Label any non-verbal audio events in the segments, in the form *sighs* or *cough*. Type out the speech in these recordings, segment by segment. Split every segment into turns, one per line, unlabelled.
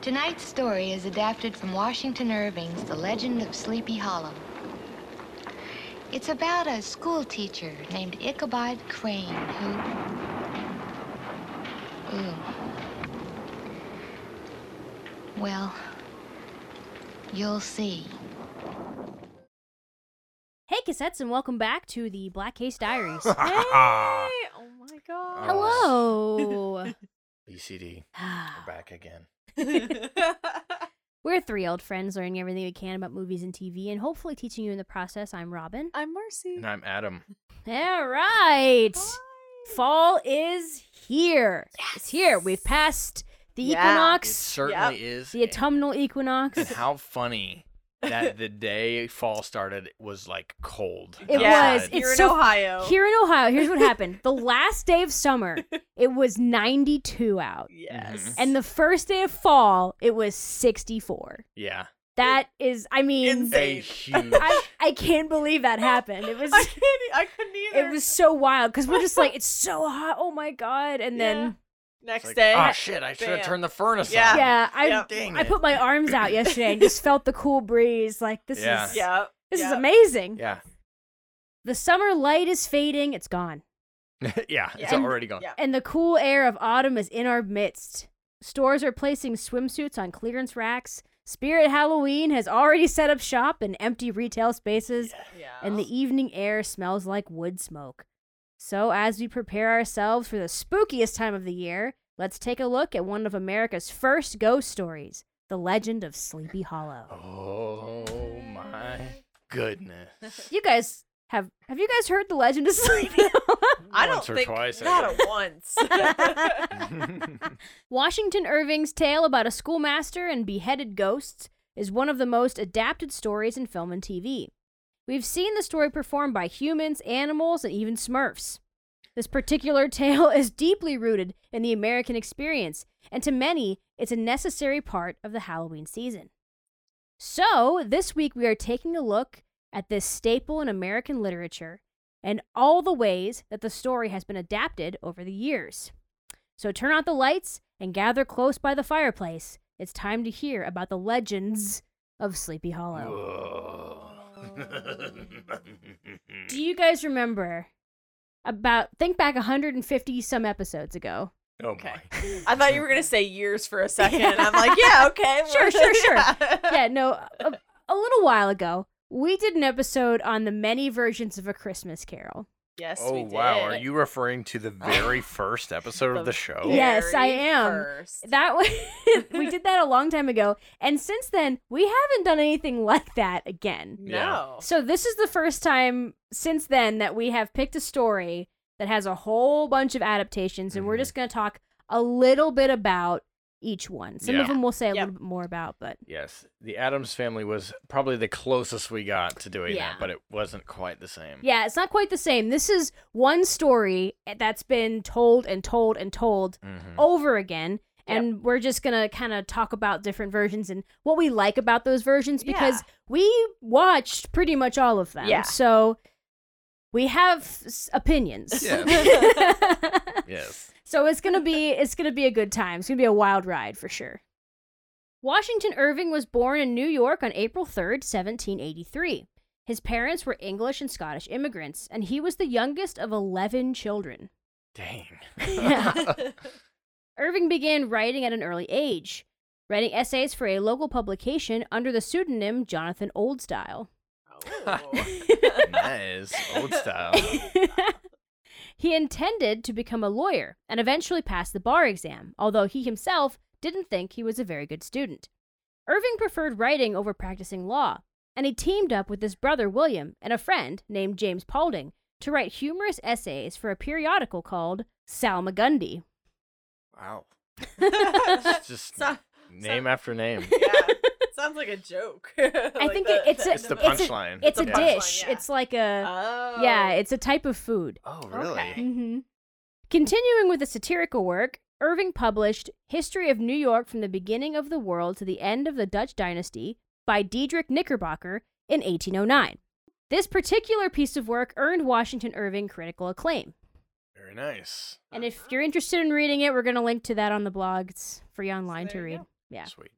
Tonight's story is adapted from Washington Irving's The Legend of Sleepy Hollow. It's about a school teacher named Ichabod Crane who. Ooh. Well, you'll see.
Hey, cassettes, and welcome back to the Black Case Diaries.
Hey! Oh my god.
Hello.
BCD,
Ah.
we're back again.
We're three old friends learning everything we can about movies and TV, and hopefully teaching you in the process. *laughs* I'm Robin.
I'm Marcy.
And I'm Adam.
All right.
Hi.
Fall is here. It's here. We've passed the
Yeah.
It
equinox,
certainly is.
the autumnal equinox.
And how funny that the day fall started was like cold.
It
Yeah,
was.
You're
It's
in
so
Ohio.
*laughs* Here in Ohio, here's what happened. The last day of summer, it was 92 out.
yes.
And the first day of fall, it was 64.
Yeah.
That is, I mean,
Insane.
A huge.
I, I can't believe that happened. It was
*laughs* I couldn't. I couldn't either.
it was so wild because we're just like it's so hot. Oh my god! And then
next
like,
day.
Oh shit, I should have
Bam.
turned the furnace
Yeah.
on.
yeah, I
Yep.
Dang
I
it.
put my arms out yesterday and just felt the cool breeze. Like this
Yeah.
is
yeah.
this
yeah.
is amazing.
Yeah. *laughs*
The summer light is fading. It's gone,
yeah. It's
And-
already gone.
yeah.
and the cool air of autumn is in our midst. Stores are placing swimsuits on clearance racks. Spirit Halloween has already set up shop in empty retail spaces.
Yeah.
and the evening air smells like wood smoke. So, as we prepare ourselves for the spookiest time of the year, let's take a look at one of America's first ghost stories the legend of Sleepy Hollow.
Oh my goodness.
You guys have have you guys heard the legend of Sleepy Hollow?
I don't
Mm-hmm. Once or
think
twice, I
not a
*laughs*
once.
Washington Irving's tale about a schoolmaster and beheaded ghosts is one of the most adapted stories in film and TV. We've seen the story performed by humans, animals, and even smurfs. This particular *laughs* tale is deeply rooted in the American experience, and to many, it's a necessary part of the Halloween season. So, this week we are taking a look at this staple in American literature and all the ways that the story has been adapted over the years. So turn out the lights and gather close by the fireplace. It's time to hear about the legends of Sleepy Hollow.
*laughs* Whoa.
Do you guys remember about think back 150 some episodes
*laughs*
ago?
Oh
Okay.
my.
I thought you were gonna say years for a second. and I'm like, yeah, okay.
*laughs* Sure, sure, sure.
Yeah.
Yeah, no, a, a little while ago, we did an episode on the many versions of a Christmas Carol.
*laughs* Yes.
Oh
we
wow,
did.
are you referring to the very first episode of the show?
Yes, I
very
am.
first.
That was *laughs* we did that a long time ago, and since then, we haven't done anything like that again.
No.
*laughs* So this is the first time since then that we have picked a story that has a whole bunch of adaptations, and we're
Mhm.
just going to talk a little bit about each one. Some of
Yeah.
them we'll say
Yep.
a little bit more about, but
Yes, the Adams family was probably the closest we got to doing
Yeah.
that, but it wasn't quite the same.
yeah, it's not quite the same. This is one story that's been told and told and told
Mhm.
over again.
Yep.
And we're just going to kind of talk about different versions and what we like about those versions because we watched pretty much all of them.
Yeah.
So we have s- opinions. *laughs*
Yes.
So it's gonna be it's gonna be a good time. It's gonna be a wild ride for sure. Washington Irving was born in New York on April 3rd, 1783. His parents were English and Scottish immigrants, and he was the youngest of 11 children. *laughs*
Dang.
Irving began writing at an early age, writing essays for a local publication under the pseudonym Jonathan Oldstyle.
Oh.
nice. Old style.
*laughs* he intended to become a lawyer and eventually passed the bar exam, although he himself didn't think he was a very good student. Irving preferred writing over practicing law, and he teamed up with his brother William and a friend named James Paulding to write humorous essays for a periodical called Salmagundi.
Wow.
yeah. *laughs*
It's just
So-
name
so-
*laughs*
after name.
Sounds like a joke. *laughs* I
think it- it's a-
It's the
it's a-
punchline.
It's a
Yeah.
punchline.
dish.
yeah.
It's like a
Oh.
yeah, it's a type of food.
Oh, really?
Okay.
hmm Continuing with the satirical work, Irving published History of New York from the Beginning of the World to the End of the Dutch Dynasty by Diedrich Knickerbocker in 1809. This particular piece of work earned Washington Irving critical acclaim.
Very nice.
Uh-huh.
And if you're interested in reading it, we're going to link to that on the blog. It's free online to
there you
read.
go.
Yeah.
Sweet.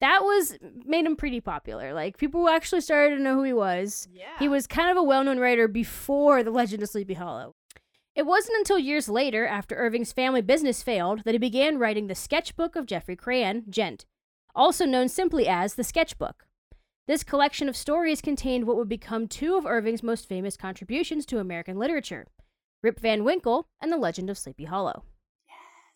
That was made him pretty popular. Like people actually started to know who he was.
Yeah.
He was kind of a well known writer before The Legend of Sleepy Hollow. It wasn't until years later, after Irving's family business failed, that he began writing the sketchbook of Geoffrey Crayon, Gent, also known simply as the sketchbook. This collection of stories contained what would become two of Irving's most famous contributions to American literature Rip Van Winkle and The Legend of Sleepy Hollow.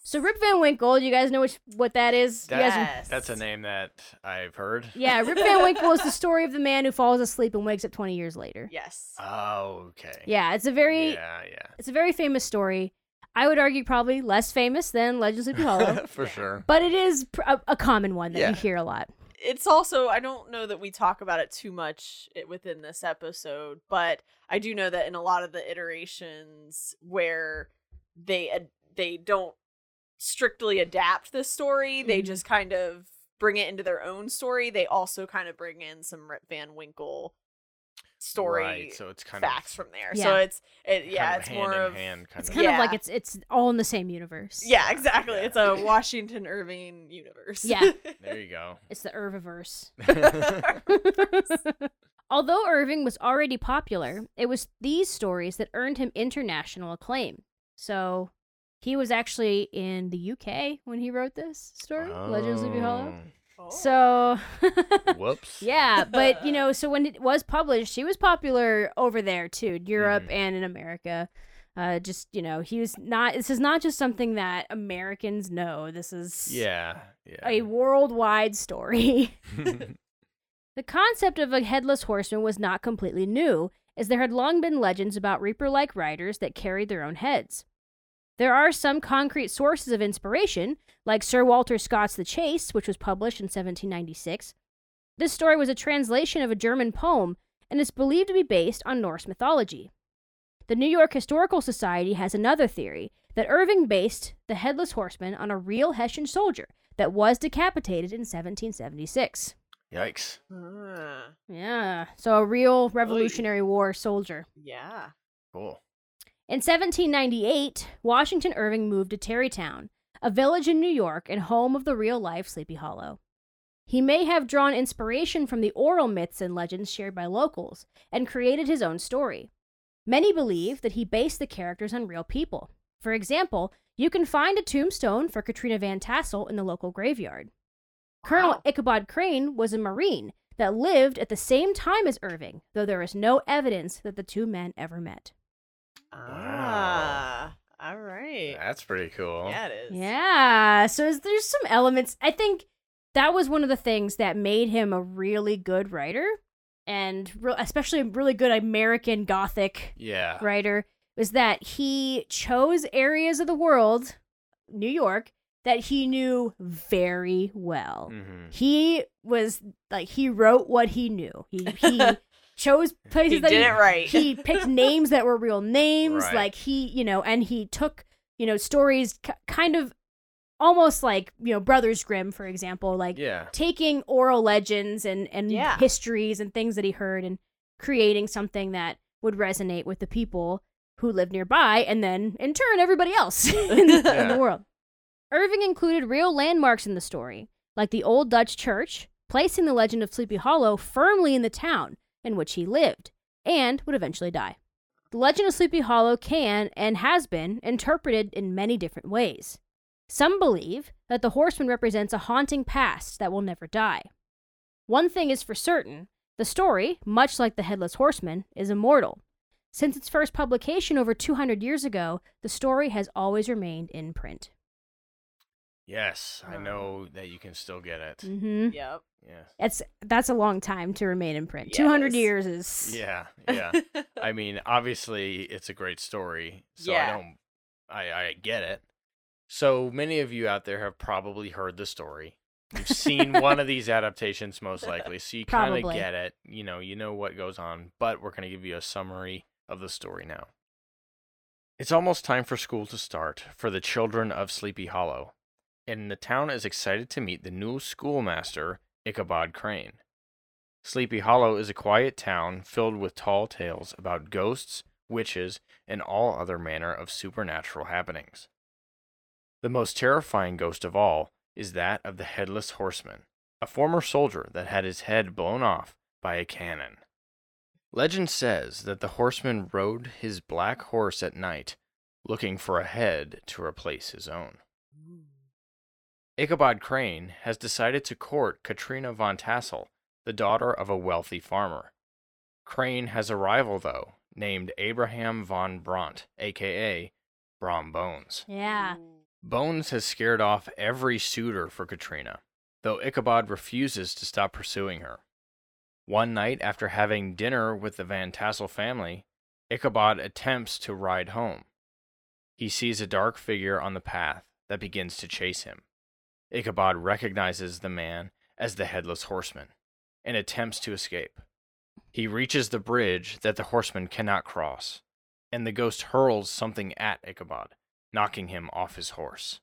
So, Rip Van Winkle, you guys know which, what that is? You guys-
That, That's a name that I've heard.
yeah, Rip
*laughs*
Van Winkle is the story of the man who falls asleep and wakes up 20 years later.
Yes.
Oh, okay.
Yeah, it's a very
Yeah,
It's a very famous story. I would argue probably less famous than Legend of Sleepy
yeah.
*laughs*
Hollow,
*laughs* For sure.
but it is pr- a, a common one that
Yeah.
you hear a lot.
It's also I don't know that we talk about it too much i- within this episode, but I do know that in a lot of the iterations where they ad- they don't strictly adapt the story, they
Mhm.
Mm-hmm.
just kind of bring it into their own story. They also kind of bring in some Rip Van Winkle story
Right, so it's kind
facts
of
from there.
Yeah.
So it's it
kind
yeah,
of
it's
hand
more
in
of
hand kind
It's
of.
kind of like
Yeah.
it's it's all in the same universe.
yeah, exactly.
Yeah.
It's
*laughs*
a Washington Irving universe. *laughs*
Yeah.
There
*laughs*
you go.
It's the Irviverse.
yeah.
Although Irving was already popular, it was these stories that earned him international acclaim. So he was actually in the UK when he wrote this story, Legend of Sleepy Hollow.
Oh.
So *laughs*
Oh, Whoops.
Yeah, but you know, so when it was published, he was popular over there too, in Europe
Mhm.
and in America. Uh, just you know, he was not. This is not just something that Americans know. This is
Yeah.
a
Yeah.
worldwide story. *laughs* The concept of a headless horseman was not completely new, as there had long been legends about Reaper like riders that carried their own heads. There are some concrete sources of inspiration, like Sir Walter Scott's The Chase, which was published in 1796. This story was a translation of a German poem and is believed to be based on Norse mythology. The New York Historical Society has another theory that Irving based the headless horseman on a real Hessian soldier that was decapitated in 1776.
*laughs* Yikes.
Ah,
Yeah. So a real Revolutionary War soldier.
yeah.
Cool.
In 1798, Washington Irving moved to Tarrytown, a village in New York and home of the real life Sleepy Hollow. He may have drawn inspiration from the oral myths and legends shared by locals and created his own story. Many believe that he based the characters on real people. For example, you can find a tombstone for Katrina Van Tassel in the local graveyard. Colonel
Wow.
Ichabod Crane was a Marine that lived at the same time as Irving, though there is no evidence that the two men ever met.
Ah, all right.
That's pretty cool.
yeah, it is.
Yeah. So is- there's some elements. I think that was one of the things that made him a really good writer, and re- especially a really good American Gothic
Yeah.
writer, was that he chose areas of the world, New York, that he knew very well.
Mm.
Mhm.
He was like he wrote what he knew. He
*laughs*
he chose places
He
that
did
he
it right.
he
*laughs*
picked names that were real names
Right.
like he you know and he took you know stories k- kind of almost like you know brothers grimm for example like
Yeah.
taking oral legends and and
Yeah.
histories and things that he heard and creating something that would resonate with the people who lived nearby and then in turn everybody else *laughs* in, the, in
Yeah.
the world irving included real landmarks in the story like the old dutch church placing the legend of sleepy hollow firmly in the town in which he lived and would eventually die the legend of sleepy hollow can and has been interpreted in many different ways some believe that the horseman represents a haunting past that will never die. One thing is for certain the story, much like the Headless Horseman, is immortal. Since its first publication over 200 years ago, the story has always remained in print.
Yes. I
Um,
know that you can still get it.
Mm-hmm.
Yep.
Yeah.
*laughs* That's, that's a long time to remain in print.
Yes.
200 years is.
Yeah.
*laughs*
Yeah. I mean, obviously, it's a great story, so I
Yeah.
don't, I, I get it. So many of you out there have probably heard the story. You've seen one of these adaptations, most likely, so you kind of
Probably.
get it. You know, you know what goes on, but we're going to give you a summary of the story now. It's almost time for school to start for the children of Sleepy Hollow, and the town is excited to meet the new schoolmaster, Ichabod Crane. Sleepy Hollow is a quiet town filled with tall tales about ghosts, witches, and all other manner of supernatural happenings. The most terrifying ghost of all is that of the Headless Horseman, a former soldier that had his head blown off by a cannon. Legend says that the horseman rode his black horse at night, looking for a head to replace his own. Ichabod Crane has decided to court Katrina von Tassel, the daughter of a wealthy farmer. Crane has a rival, though, named Abraham von Bront, aka Brom Bones.
Yeah.
Bones has scared off every suitor for Katrina, though Ichabod refuses to stop pursuing her. One night, after having dinner with the Van Tassel family, Ichabod attempts to ride home. He sees a dark figure on the path that begins to chase him. Ichabod recognizes the man as the Headless Horseman and attempts to escape. He reaches the bridge that the horseman cannot cross, and the ghost hurls something at Ichabod, knocking him off his horse.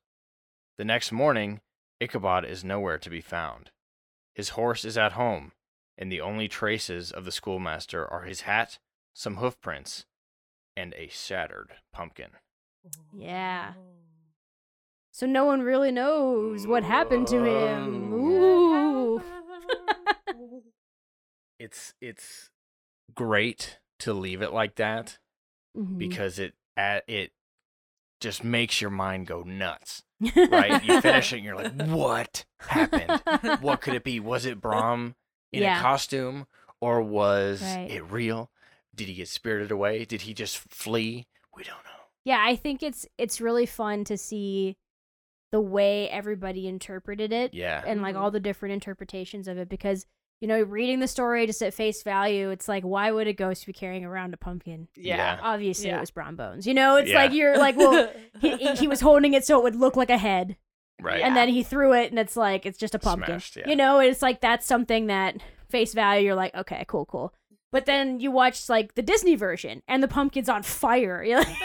The next morning, Ichabod is nowhere to be found. His horse is at home, and the only traces of the schoolmaster are his hat, some hoofprints, and a shattered pumpkin.
Yeah. So no one really knows what happened to
Mm.
him. Ooh.
It's it's great to leave it like that
Mhm.
because it at it just makes your mind go nuts.
Mm-hmm.
Right?
*laughs*
you finish it and you're like, "What happened? What could it be? Was it Brom in
Yeah.
a costume or was
Right.
it real? Did he get spirited away? Did he just flee? We don't know."
*laughs* yeah, I think it's it's really fun to see the way everybody interpreted it.
Yeah.
and like
Mhm.
all the different interpretations of it because you know reading the story just at face value it's like why would a ghost be carrying around a pumpkin
*laughs* Yeah.
obviously it
Yeah.
was brown bones you know it's
Yeah.
like you're like well he,
*laughs*
he- *laughs*
*laughs*
he was holding it so it would look like a head
Right.
and then he threw it and it's like it's just a pumpkin
Smashed, yeah.
you know it's like that's something that face value you're like okay cool cool but then you watch like the disney version and the pumpkin's on fire *laughs* You're like-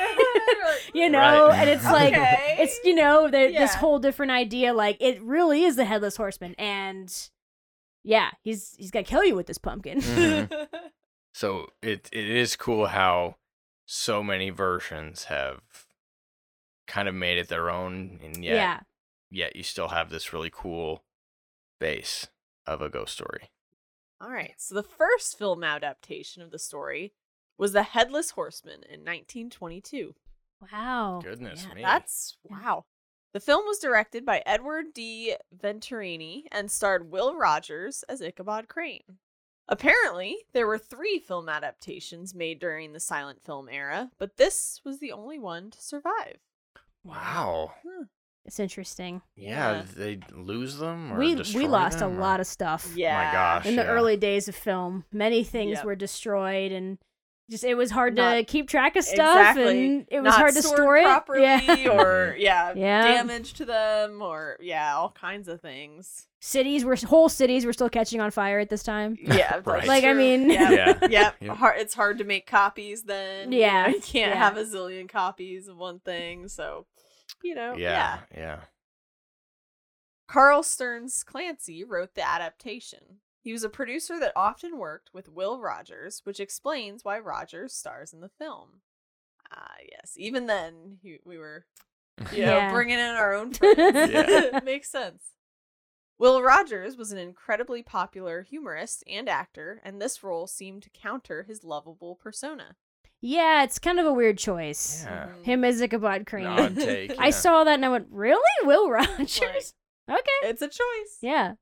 you know
Right.
and it's like
Okay.
it's
*laughs*
you know the, this
Yeah.
whole different idea like it really is the headless horseman and yeah he's he's gonna kill you with this pumpkin *laughs*
Mhm. So it it is cool how so many versions have kind of made it their own, and yet
yeah
yet you still have this really cool base of a ghost story.
*laughs* All right. So the first film adaptation of the story was The Headless Horseman in 1922.
wow
Goodness me,
That's
Yeah.
wow. The film was directed by Edward D. Venturini and starred Will Rogers as Ichabod Crane. Apparently, there were three film adaptations made during the silent film era, but this was the only one to survive.
wow.
it's interesting
Yeah,
Yeah.
did they lose them. Or
we
destroy
we lost
them,
a
or-
lot of stuff
Yeah.
My gosh,
in the
yeah.
early days of film many things
Yep.
were destroyed and just it was hard to
Not-
keep track of stuff
Exactly.
and it was
Not
hard to
stored
store it *laughs*
properly
yeah
or yeah,
*laughs* Yeah.
damage to them or yeah, all kinds of things.
cities were whole cities were still catching on fire at this time
*laughs*
Yeah, that's
Right.
Like, I
true. *laughs*
mean-
yeah,
Yeah.
yep.
Yep.
Har it's hard to make copies then. you
Yeah,
know, you can't
yeah.
have a zillion copies of one thing. So, you know,
Yeah,
yeah.
yeah.
Carl Stearns Clancy wrote the adaptation. He was a producer that often worked with Will Rogers, which explains why Rogers stars in the film. Ah, yes. Even then, he, we were, you know,
Yeah.
bringing in our
*laughs*
own friends.
Yeah.
*laughs* Makes sense. Will Rogers was an incredibly popular humorist and actor, and this role seemed to counter his lovable persona.
yeah it's kind of a weird choice
Yeah.
Him as Ichabod Crane.
An odd
*laughs*
take,
I
yeah.
saw that and I went, really? Will Rogers? *laughs* okay.
It's a choice.
Yeah.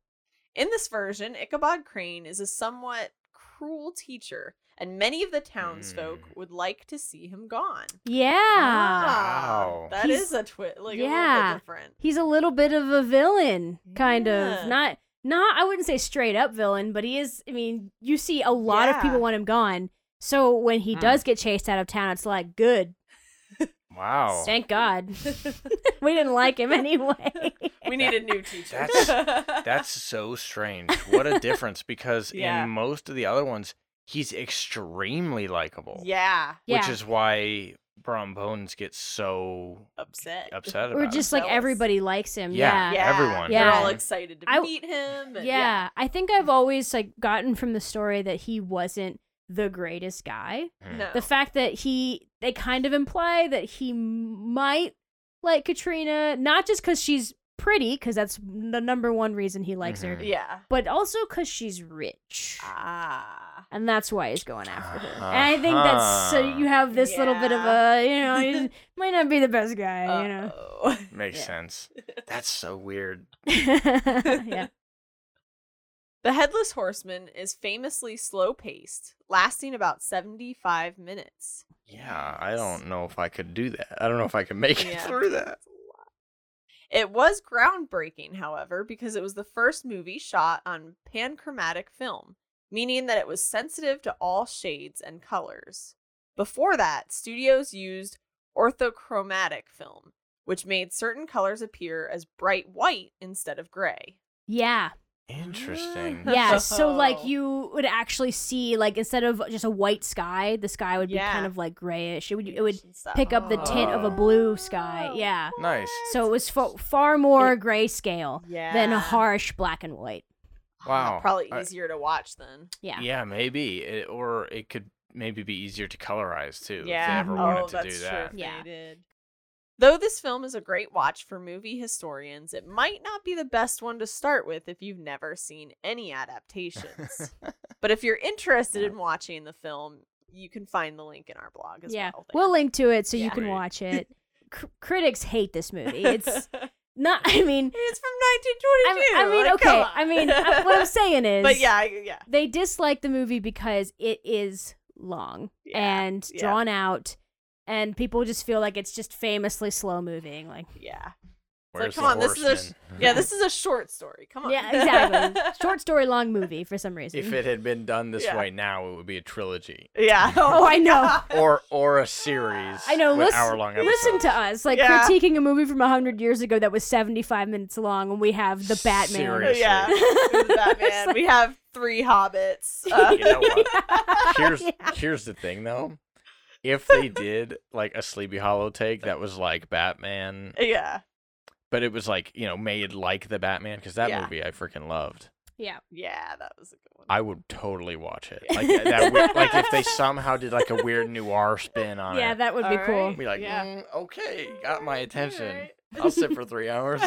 In this version, Ichabod Crane is a somewhat cruel teacher, and many of the townsfolk
Mm.
would like to see him gone.
Yeah.
Ah.
Wow.
That
He's-
is a twist, like a little
Yeah.
bit different.
He's a little bit of a villain, kind
Yeah.
of. Not not I wouldn't say straight up villain, but he is I mean, you see a lot of
Yeah. Hmm.
people want him gone. So when he
Mm.
does get chased out of town, it's like, good.
Oh.
Wow.
*laughs*
Thank God. *laughs* we didn't like him anyway.
We
*laughs*
need a new teacher. *laughs*
That's so strange. What a difference because
Yeah.
in most of the other ones, he's extremely likable.
yeah,
yeah.
Which is why Brom Bones gets so
upset.
upset about
or
it.
just like
Zealous.
everybody likes him.
Yeah.
Yeah,
everyone.
They're all
Yeah.
excited to
I-
meet him.
yeah,
and- yeah,
I think I've always like gotten from the story that he wasn't the greatest guy.
Mm.
No.
*laughs* The fact that he they kind of imply that he might like Katrina, not just because she's pretty because that's the number one reason he likes her,
Mhm.
Yeah.
but also because she's rich.
Ah.
And that's why he's going after her. And I think that's so
Uh-huh.
you have this little bit of
Yeah.
a, you *laughs*
*laughs*
know, he might not be the best guy, you know.
Uh-oh.
Makes
Yeah.
sense. That's so weird.
*laughs* yeah.
*laughs* The Headless Horseman is famously slow paced, lasting about 75 minutes.
Yeah, I don't know if I could do that. I don't know if *laughs* I could make it
Yeah.
through that.
It was groundbreaking, however, because it was the first movie shot on panchromatic film, meaning that it was sensitive to all shades and colors. Before that, studios used orthochromatic film, which made certain colors appear as bright white instead of gray.
Yeah.
Interesting.
Yeah. So like
*laughs* Oh.
you would actually see like instead of just a white sky, the sky would be
Yeah.
kind of like grayish. It would it would
And stuff.
pick up the tint of a blue
Oh.
sky. Yeah.
Nice.
So it was fo- far more grayscale
yeah.
than a harsh black and white.
Wow.
Probably
I-
easier to watch then.
Yeah.
Yeah, maybe. It, or it could maybe be easier to colorize too
Yeah.
if they ever
Mhm.
wanted
oh,
to
that's
do
true.
that.
if they
Yeah.
did. Though this film is a great watch for movie historians, it might not be the best one to start with if you've never seen any
*laughs*
adaptations. but if you're interested in watching the film, you can find the link in our blog as
yeah.
well. there.
We'll link to it so you
Yeah.
can
Great.
watch it.
*laughs*
Cr- critics hate this movie. It's not I mean
it's from
I
1922.
mean, I mean
like, come
okay.
on.
I mean uh, what I'm saying
*laughs*
is
but yeah, I- yeah.
they dislike the movie because it is long
Yeah,
and
yeah.
drawn out and people just feel like it's just famously slow moving like
Yeah. like,
Where's
come
the
on, this is a sh-
horseman?
Yeah, this is a short story. Come on.
yeah exactly
*laughs*
short story long movie for some reason
If it had been done this
Yeah.
way now, it would be a trilogy.
*laughs*
yeah.
Oh, I know.
*laughs*
Or or a series.
i know
with
listen,
hour-long
listen
episodes.
to us like
Yeah.
critiquing a movie from 100 years ago that was 75 minutes long and we have the batman
Serious. Seriously.
Yeah, *laughs* the Batman. we have three hobbits. Uh,
You know what?
*laughs*
here's
Yeah.
here's the thing though. If they did like a Sleepy Hollow take that was like Batman,
yeah,
but it was like you know made like the Batman because that
Yeah.
movie I freaking loved.
yeah
yeah, that was a good one.
I would totally
*laughs*
watch it. Like that. we- like if they somehow did like a weird noir spin on
yeah
it,
that would be
All
cool
I'd be like,
Yeah.
"Mm, okay, got my attention.
Alright.
I'll
*laughs*
sit
*laughs*
for three hours.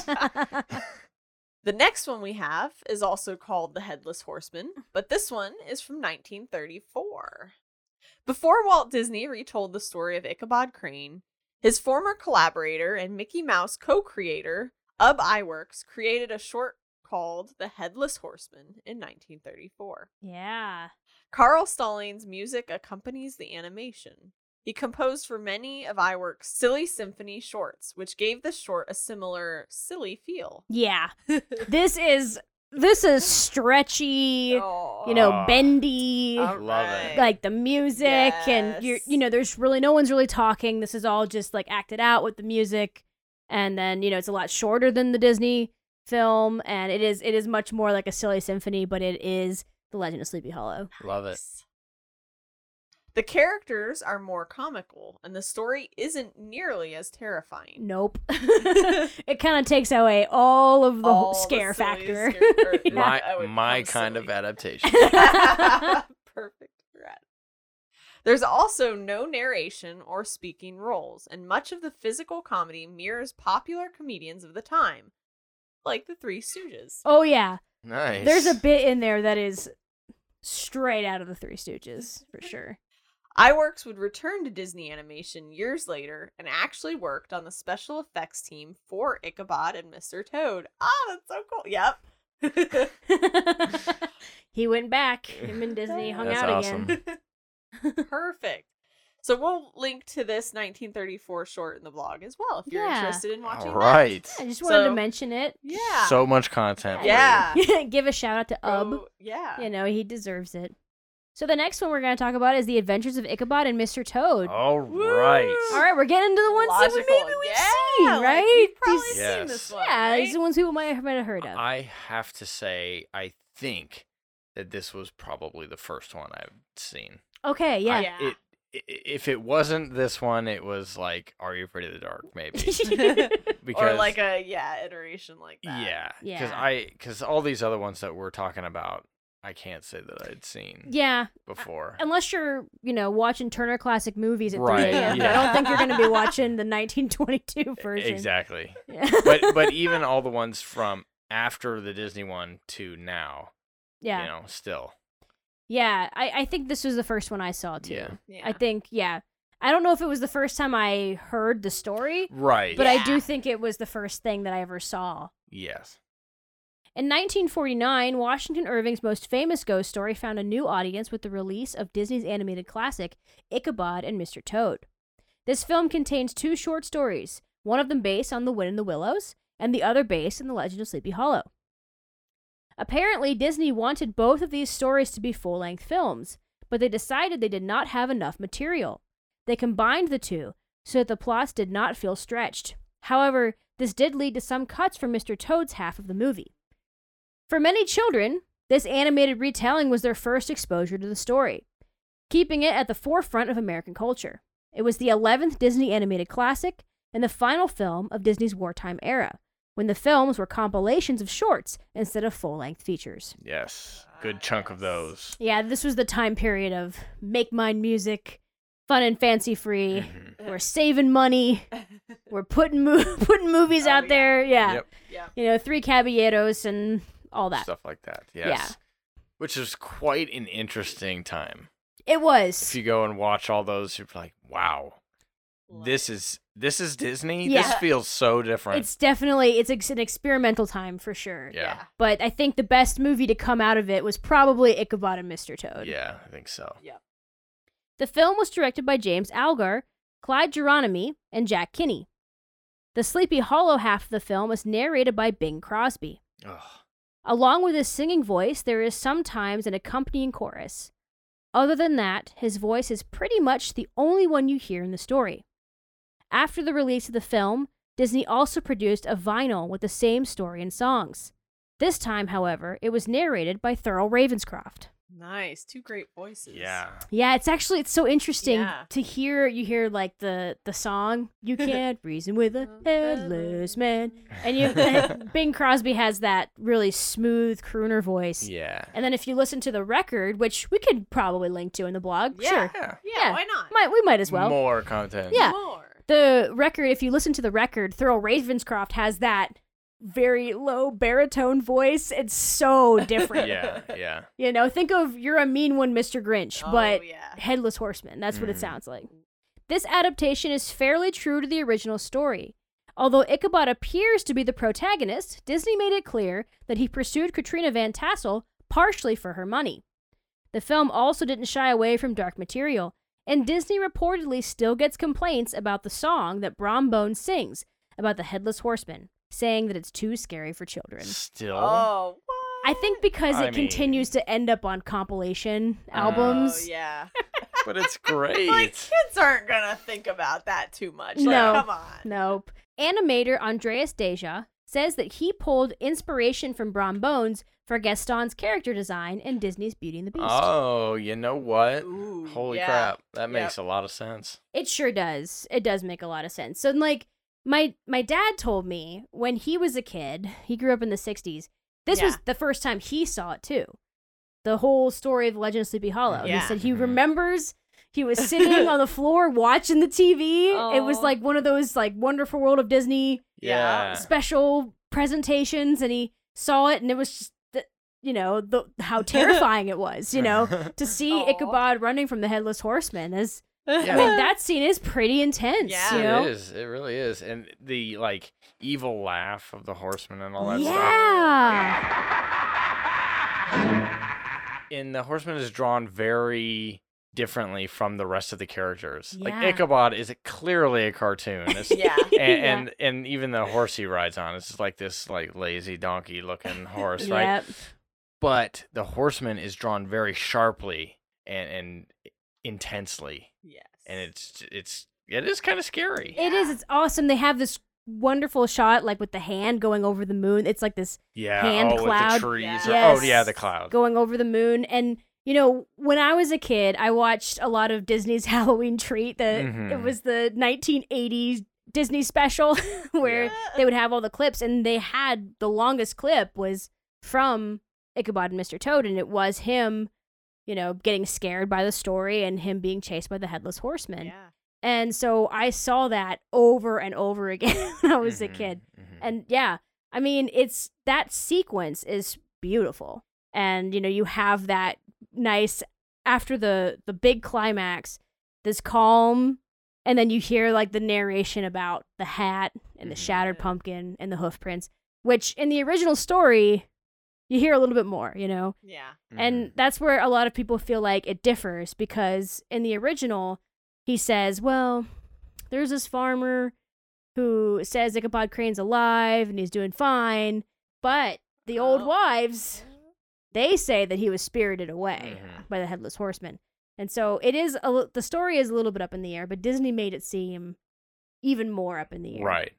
The next one we have is also called The Headless Horseman, but this one is from 1934. Before Walt Disney retold the story of Ichabod Crane, his former collaborator and Mickey Mouse co creator, Ub Iwerks, created a short called The Headless Horseman in 1934.
yeah
Carl Stallings' music accompanies the animation. He composed for many of Iwerk's silly symphony shorts, which gave the short a similar silly feel.
yeah this is this is stretchy you know
Aw.
bendy
All
Love it.
right.
like the music and you're
Yes.
you know there's really no one's really talking this is all just like acted out with the music and then you know it's a lot shorter than the disney film and it is it is much more like a silly symphony but it is the legend of sleepy hollow
Love it.
The characters are more comical, and the story isn't nearly as terrifying.
nope *laughs* it kind of takes away all of the
All
whole scare
silly
factor
scare- or-
*laughs*
*laughs*
Yeah.
I
My
would
my
become
kind of
silly. *laughs*
adaptation.
*laughs*
Perfect threat. There's also no narration or speaking roles, and much of the physical comedy mirrors popular comedians of the time, like the Three Stooges.
oh yeah
Nice.
there's a bit in there that is straight out of the three stooges for sure *laughs*
Iwerks would return to Disney Animation years later and actually worked on the special effects team for Ichabod and Mr. Toad. Ah, that's so cool. Yep. *laughs*
he went back him and
*laughs*
disney hung
That's
out
awesome.
again
Perfect. So we'll link to this 1934 short in the blog as well if you're
Yeah.
interested in watching.
All
that.
right.
I just wanted to
So-
mention it.
Yeah.
So much content. for you.
yeah.
*laughs* Give a shout out to Ub.
Go- yeah.
You know, he deserves it. So the next one we're going to talk about is The Adventures of Ichabod and Mr. Toad.
All
Woo!
right.
All right, we're getting into the ones that we
Oh. Logical.
maybe we've
yeah,
seen,
like,
right?
you've probably
These-
seen this
Yes.
one.
yeah,
right? Uh,
these are the ones people might have, might have heard of.
I have to say, I think that this was probably the first one I've seen.
okay,
I-
yeah.
Yeah.
it- i- if it wasn't this one, it was like Are You Afraid of the Dark?
*laughs*
Maybe
*laughs*
because
or like a yeah iteration like that.
*laughs* yeah, because
Yeah.
I because all these other ones that we're talking about I can't say that I'd seen
Yeah,
before.
unless you're, you you know, watching Turner Classic Movies at 3
Right,
a.m.
yeah.
I don't think you're
*laughs*
going to be watching the 1922
E,
version.
exactly.
*laughs* Yeah.
But
*laughs*
but even all the ones from after the Disney one to now,
yeah.
you know, still.
Yeah, I, I think this was the first one I saw too.
Yeah.
Yeah.
I think, yeah. I don't know if it was the first time I heard the story,
Right.
but I
Yeah.
do think it was the first thing that I ever saw.
yes.
In 1949, Washington Irving's most famous ghost story found a new audience with the release of Disney's animated classic, Ichabod and Mr. Toad. This film contains two short stories, one of them based on The Wind in the Willows, and the other based on The Legend of Sleepy Hollow. Apparently, Disney wanted both of these stories to be full length films, but they decided they did not have enough material. They combined the two so that the plots did not feel stretched. However, this did lead to some cuts from Mr. Toad's half of the movie. For many children, this animated retelling was their first exposure to the story, keeping it at the forefront of American culture. It was the 11th Disney animated classic and the final film of Disney's wartime era, when the films were compilations of shorts instead of full length features.
Yes. Good chunk of those.
Yeah, this was the time period of make mine music, fun and fancy free.
Mhm.
We're saving
*laughs*
money. We're putting mo- *laughs* putting movies
Oh,
out
yeah.
there. Yeah.
Yep.
yeah.
You know, Three Caballeros and all that.
Stuff like that.
Yeah.
Yes. Which is quite an interesting time.
It
If
was.
you go and watch all those, you're like, wow, this is this is Disney. This
Yeah.
feels so different.
It's definitely it's ex- an experimental time for sure.
yeah.
But I think the best movie to come out of it was probably Ichabod and Mr. Toad.
Yeah, I think so.
The film was directed by James Algar, Clyde Geronimi, and Jack Kinney. The Sleepy Hollow half of the film was narrated by Bing Crosby.
Ugh.
Along with his singing voice, there is sometimes an accompanying chorus. Other than that, his voice is pretty much the only one you hear in the story. After the release of the film, Disney also produced a vinyl with the same story and songs. This time, however, it was narrated by Thurl Ravenscroft.
Nice. Two great voices.
Yeah.
Yeah, it's actually it's so interesting
Yeah.
to hear you hear like the the song "You Can't Reason with a Headless Man," and you *laughs* Bing Crosby has that really smooth crooner voice.
Yeah.
And then if you listen to the record, which we could probably link to in the blog,
Yeah.
sure.
Yeah.
Yeah, why not?
Might we might as well.
More content.
Yeah.
More.
The record, if you listen to the record, Thurl Ravenscroft has that very low baritone voice. It's so
*laughs*
different.
Yeah.
*laughs*
Yeah.
You know, think of you're a mean one, Mr. Grinch,
Oh,
but
yeah.
Headless Horseman. That's what it
Mm.
sounds like. This adaptation is fairly true to the original story. Although Ichabod appears to be the protagonist, Disney made it clear that he pursued Katrina Van Tassel partially for her money. The film also didn't shy away from dark material, and Disney reportedly still gets complaints about the song that Brom Bones sings about the Headless Horseman, saying that it's too scary for children.
Still.
Oh,
I think because it
I mean-
continues to end up on compilation
Oh,
what?
albums.
Oh, *laughs* yeah.
But it's
Like, *laughs*
great.
kids aren't going to think about that too much. Like,
No.
Come on.
Nope. Animator Andreas Deja says that he pulled inspiration from Brom Bones for Gaston's character design in Disney's Beauty and the Beast.
oh, you know what?
Ooh,
Holy
yeah. *laughs*
crap. That
Yep.
makes a lot of sense.
It sure does. It does make a lot of sense. So like my my dad told me when he was a kid, he grew up in the 60s. This was
Yeah.
the first time he saw it too. The whole story of Legend of Sleepy Hollow. He
Yeah. Mm-hmm.
said he
Mhm.
remembers he was sitting
*laughs*
on the floor watching the TV. It was
Aw. Uh.
like one of those like Wonderful World of Disney
Yeah.
Yeah.
special presentations and he saw it and it was just the, you know the how terrifying it
*laughs*
was you
*laughs*
know to see
Aw.
ichabod running from the headless horseman is
Yeah.
i mean that scene is pretty intense
Yeah.
you
It
know
It is. It really is. And the like evil laugh of the horseman and all that stuff.
yeah
And the horseman is drawn very differently from the rest of the characters.
Yeah.
Like Ichabod is clearly a cartoon. It's-
*laughs*
*laughs*
Yeah.
and,
Yeah.
and and even the horse he rides on is just like this like lazy donkey looking horse, right?
Yep.
But the horseman is drawn very sharply and and intensely,
Yes.
and it's it's it is kind of scary.
it is it's awesome they have this wonderful shot like with the hand going over the moon it's like this
yeah,
hand
oh,
cloud.
with the trees.
Yes.
Or, Oh yeah, the
Yes.
cloud.
going over the moon and you know when i was a kid i watched a lot of disney's *laughs* halloween treat the
Mhm.
it was the 1980s disney special *laughs* where
Yeah.
they would have all the clips and they had the longest clip was from Ichabod and Mr. Toad, and it was him, you know, getting scared by the story and him being chased by the headless horseman.
Yeah.
And so I saw that over and over *laughs* again when I was a
Mhm,
kid.
mhm.
And yeah, I mean, it's that sequence is beautiful. And you know, you have that nice after the the big climax, this calm and then you hear like the narration about the hat and the
Mhm.
shattered pumpkin and the hoof prints, which in the original story you hear a little bit more, you know.
Yeah.
mm-hmm.
And that's where a lot of people feel like it differs because in the original, he says, Well, there's this farmer who says Ichabod Crane's alive and he's doing fine, but the old
Oh.
wives, they say that he was spirited away
Mhm.
by the Headless Horseman. And so it is, a, li- the story is a little bit up in the air, but Disney made it seem even more up in the air.
Right.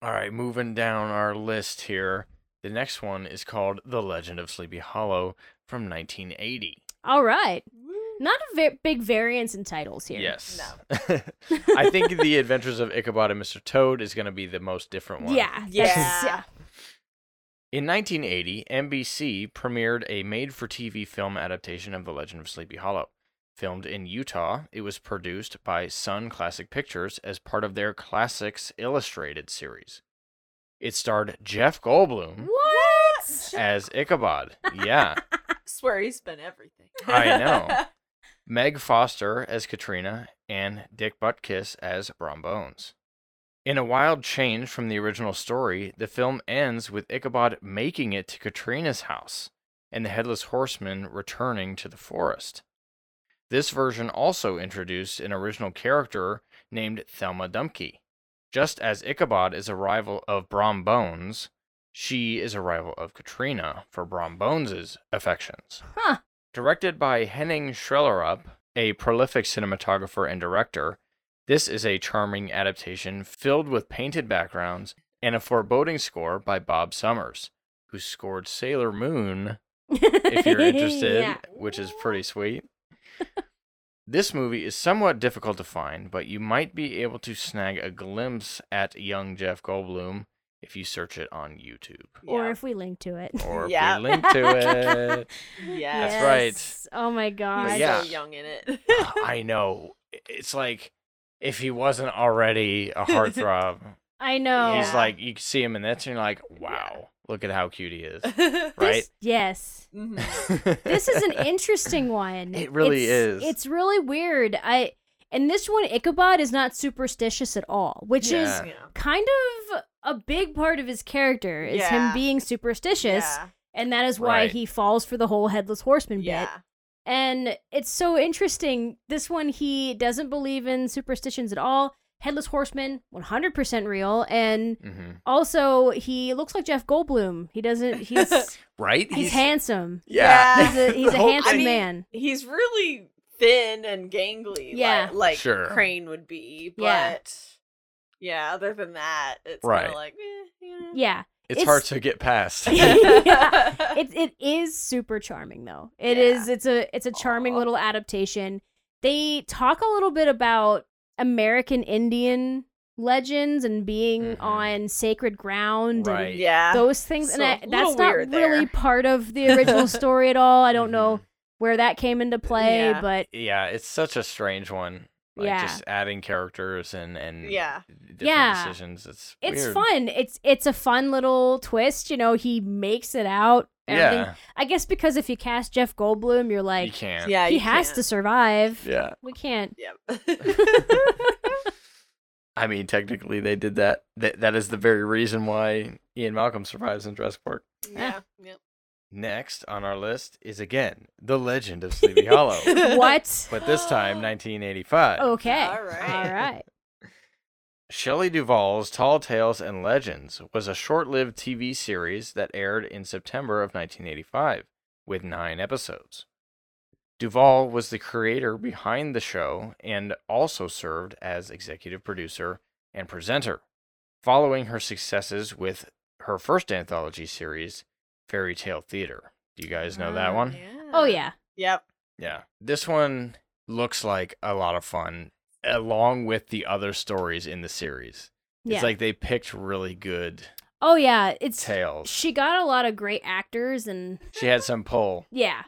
All right, moving down our list here. The next one is called The Legend of Sleepy Hollow from 1980.
All right.
Woo.
Not a ve- big variance in titles here. *laughs*
Yes. *laughs* I think The Adventures of Ichabod and Mr. Toad is going to be the most different one.
Yeah. that's-
Yeah.
In 1980, NBC premiered a made for TV film adaptation of The Legend of Sleepy Hollow. Filmed in Utah, it was produced by Sun Classic Pictures as part of their Classics Illustrated series. It starred Jeff Goldblum
What?
as Ichabod. Yeah.
Swear he's been everything.
I
*laughs*
know. Meg Foster as Katrina, and Dick Butkus as Brom Bones. In a wild change from the original story, the film ends with Ichabod making it to Katrina's house and the Headless Horseman returning to the forest. This version also introduced an original character named Thelma Dumpke. Just as Ichabod is a rival of Brom Bones, she is a rival of Katrina for Brom Bones' affections.
Huh.
Directed by Henning Schrellerup, a prolific cinematographer and director, this is a charming adaptation filled with painted backgrounds and a foreboding score by Bob Summers, who scored Sailor Moon, if you're
*laughs*
interested,
Yeah.
which is pretty sweet. this movie is somewhat difficult to find, but you might be able to snag a glimpse at young Jeff Goldblum if you search it on YouTube.
Or
Yeah.
if we link to it.
Or
Yeah.
if we link to it.
Yes.
That's right.
Yes. Oh my
He's
god.
But yeah.
so young in it.
I know. I- It's like if he wasn't already
*laughs*
a heartthrob,
I know.
he's
Yeah.
like you can see him in this, and you're like, wow, look at how cute he is,
*laughs*
right?
This- yes.
Mhm.
*laughs* This is
*laughs*
an interesting one.
It really
It's-
is.
It's really weird. I and this one Ichabod is not superstitious at all, which is
Yeah.
Yeah.
kind of a big part of his character is him
Yeah.
being superstitious,
Yeah.
and that is why
Right.
he falls for the whole headless horseman bit.
Yeah.
And it's so interesting. This one, he doesn't believe in superstitions at all. Headless Horseman, 100% real. And
hmm
also, he looks like Jeff Goldblum. He doesn't,
*laughs*
he's, he's,
Right?
handsome.
Yeah.
Yeah.
He's a, he's
The
a
whole
handsome
I mean,
man.
*laughs* He's really thin and gangly.
Yeah.
Like, like
Sure.
Crane would be. But
Yeah.
yeah. other than that, it's
Right.
kinda like eh, you *laughs* know.
Yeah.
It's,
It's-
hard to
*laughs*
get past.
Yeah. It, it is super charming, though. It
Yeah.
is. it's a, it's a charming
Aw.
little adaptation. They talk a little bit about American Indian legends and being
Mhm.
Mm-hmm.
on sacred ground and
*laughs* Right.
yeah.
those things and
So
I,
a
that's
little
not really
weird there.
part
*laughs*
of the original story at all i don't know
Mhm.
where that came into play
Yeah.
but
*laughs* Yeah, it's such a strange one. Like
Yeah.
just adding characters and and
Yeah.
different
Yeah.
decisions. It's
it's
weird.
fun it's it's a fun little twist you know he makes it out everything.
Yeah,
i guess because if you cast jeff goldblum you're
you
like
can't.
Yeah,
he
you
has to
can't.
survive
yeah.
*laughs*
we can't *laughs*
Yep.
I mean, technically, they did that. That that is the very reason why Ian Malcolm survives in Jurassic Park.
yeah. Yep.
Next on our list is again The Legend of
*laughs*
Sleepy Hollow,
what
but this time 1985.
okay
All right. *laughs*
all right
Shelley Duvall's Tall Tales and Legends was a short-lived TV series that aired in September of 1985 with 9 episodes. Duvall was the creator behind the show and also served as executive producer and presenter. Following her successes with her first anthology series, Fairy Tale Theater. Do you guys know that
Ah,
one?
oh yeah
Yep.
Yeah. This one looks like a lot of fun, along with the other stories in the series.
yeah
It's like they picked really good
Oh yeah, it's
Tales.
she got a lot of great actors and
She had some pull.
yeah.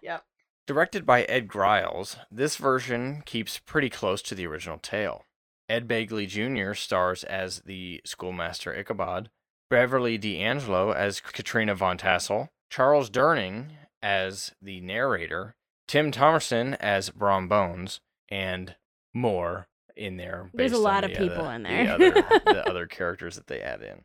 Directed by Ed Griles, this version keeps pretty close to the original tale. Ed Begley Jr. stars as the schoolmaster Ichabod, Beverly D'Angelo as Katrina Von Tassel, Charles Durning as the narrator, Tim Thomerson as Brom Bones, and more in there.
There's a
based on
lot of
the
people
other-
in there. *laughs*
The other, the other characters that they add in.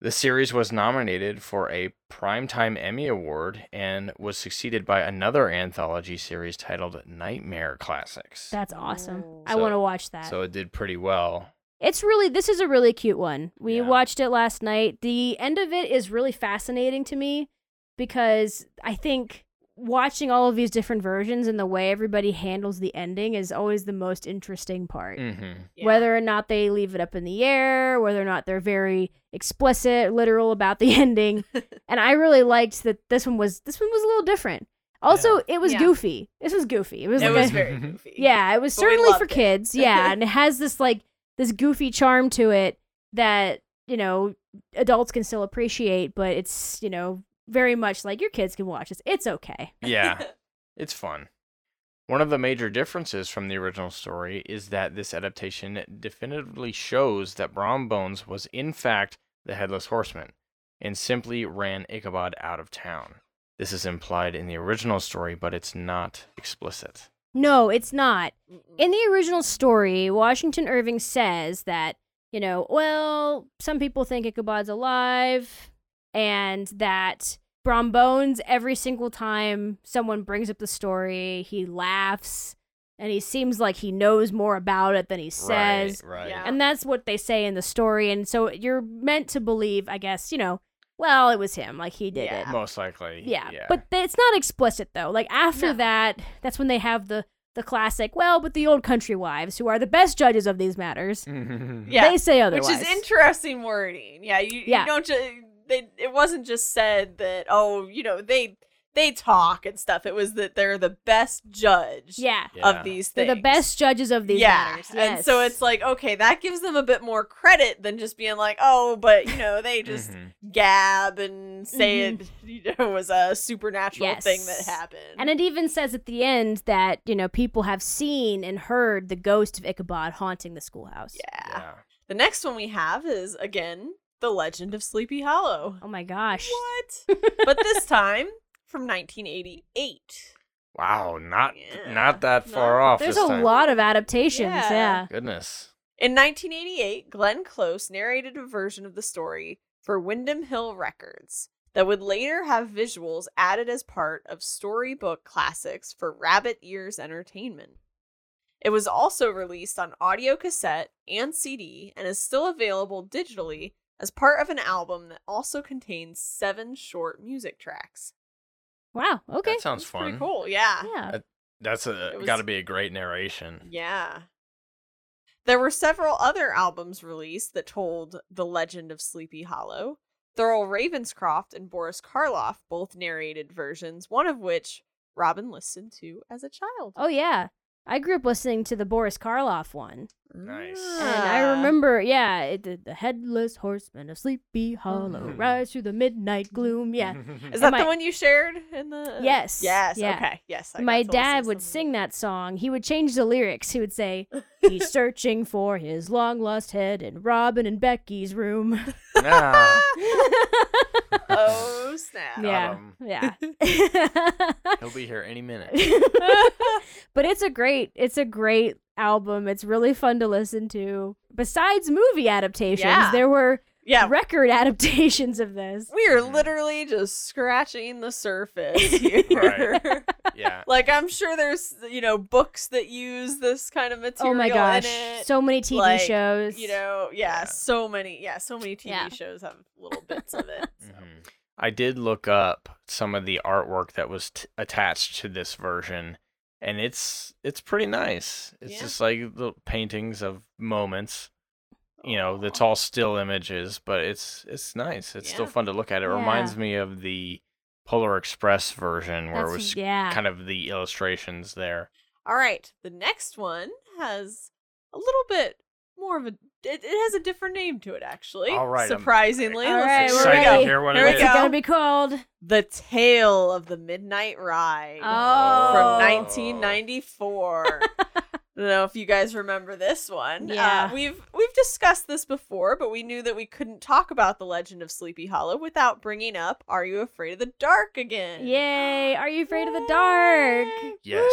The series was nominated for a Primetime Emmy Award and was succeeded by another anthology series titled Nightmare Classics.
That's awesome.
Oh.
I
So-
want to watch that.
so it did pretty well.
It's really this is a really cute one. We
Yeah.
watched it last night. The end of it is really fascinating to me because I think watching all of these different versions and the way everybody handles the ending is always the most interesting part.
Mm-hmm.
Yeah.
Whether or not they leave it up in the air, whether or not they're very explicit, literal about the *laughs* ending. and I really liked that this one was this one was a little different. Also, it was
Yeah.
goofy. This was goofy. It was
it
like
was
a- *laughs*
very goofy.
yeah, it was
But we
certainly for
loved it. *laughs*
kids. Yeah, and it has this like this goofy charm to it that you know adults can still appreciate, but it's you know very much like your kids can watch this. It's okay. *laughs*
Yeah, it's fun. One of the major differences from the original story is that this adaptation definitively shows that Brom Bones was in fact the Headless Horseman and simply ran Ichabod out of town. This is implied in the original story, but it's not explicit.
No, it's not.
Mm-mm.
In the original story, Washington Irving says that, you know, well, some people think Ichabod's alive and that Brombones, every single time someone brings up the story, he laughs and he seems like he knows more about it than he says.
right.
Yeah.
And that's what they say in the story. And so you're meant to believe, I guess, you know, well, it was him. Like he did
Yeah.
it.
Most likely.
Yeah,
*laughs*
but th- it's not explicit though. Like after
No.
that, that's when they have the the classic. Well, but the old country wives, who are the best judges of these matters,
yeah.
yeah.
they say
which
otherwise.
is interesting wording. Yeah, you,
Yeah.
you don't just they it wasn't just said that oh, you know, they they talk and stuff. It was that they're the best judge
yeah,
Yeah.
of these
they're
things.
the best judges of these
yeah.
matters.
And so it's like, okay, that gives them a bit more credit than just being like, oh, but you know,
*laughs*
they just
Mhm.
gab and say it, *laughs* you know, was a supernatural
Mm-hmm. Yes.
thing that happened.
And it even says at the end that you know people have seen and heard the ghost of Ichabod haunting the schoolhouse.
yeah.
Yeah.
The next one we have is again The Legend of Sleepy Hollow.
Oh my gosh.
*laughs*
What? but this time from 1988.
Wow, not
Yeah.
not that
Not-
far off.
There's
this
a
time.
lot of adaptations.
Yeah.
Yeah.
Goodness.
In 1988, Glenn Close narrated a version of the story for Wyndham Hill Records that would later have visuals added as part of storybook classics for Rabbit Ears Entertainment. It was also released on audio cassette and CD and is still available digitally as part of an album that also contains seven short music tracks.
Wow. Okay.
That sounds
It's
fun.
Pretty cool, yeah.
yeah.
That- That's a
It was-
got to be a great narration.
Yeah. There were several other albums released that told the legend of Sleepy Hollow. Thurl Ravenscroft and Boris Karloff both narrated versions, one of which Robin listened to as a child.
Oh yeah. I grew up listening to the Boris Karloff one.
Nice.
Mm,
And I remember, yeah, it, the, the headless horseman of Sleepy Hollow
Mhm.
rides through the midnight
*laughs*
gloom.
*laughs*
Yeah.
Mm-hmm.
Is that
and
the
my-
one you shared in the?
Yes,
Yes.
yeah.
Okay. Yes. I got to
My
listen
dad
to
would
some
sing that song. He would change the lyrics. He would say,
*laughs*
He's searching for his long lost head in Robin and Becky's room.
Ah,
of them. *laughs* Oh snap!
Yeah.
*laughs*
*laughs*
yeah.
he'll be here any minute.
Yeah. but it's a great it's a great album. It's really fun to listen to. Besides movie adaptations,
Yeah.
there were
Yeah.
record *laughs* adaptations of this.
We are
Mhm.
literally just scratching the
*laughs*
surface here.
Yeah.
Like I'm sure there's you know books that use this kind of material.
Oh my gosh.
in it.
So many TV
like,
shows.
you know, yeah,
Yeah.
so many, yeah, so many TV
Yeah.
shows have little bits of it. so.
Mhm. I did look up some of the artwork that was t- attached to this version, and it's it's pretty nice. It's
Yeah.
just like little paintings of moments. You know, that's all still images, but it's it's nice. It's still
Yeah.
fun to look at. It
Yeah.
reminds me of the Polar Express version where
That's-
it was
yeah.
kind of the illustrations there.
All right, the next one has a little bit more of a It, it has a different name to it, actually.
All right, I'm-
Surprisingly,
All
Let's
right,
see.
we're
Here we
excited
go.
to
ready.
hear what
Here
it
we
is.
What's it
go.
gonna be called?
The Tale of the Midnight Ride
Oh.
from
*laughs*
1994. I don't know if you guys remember this one. Uh,
Yeah.
we've we've discussed this before, but we knew that we couldn't talk about the Legend of Sleepy Hollow without bringing up "Are You Afraid of the Dark?" again.
Yay! Are you afraid of the dark?
Yes.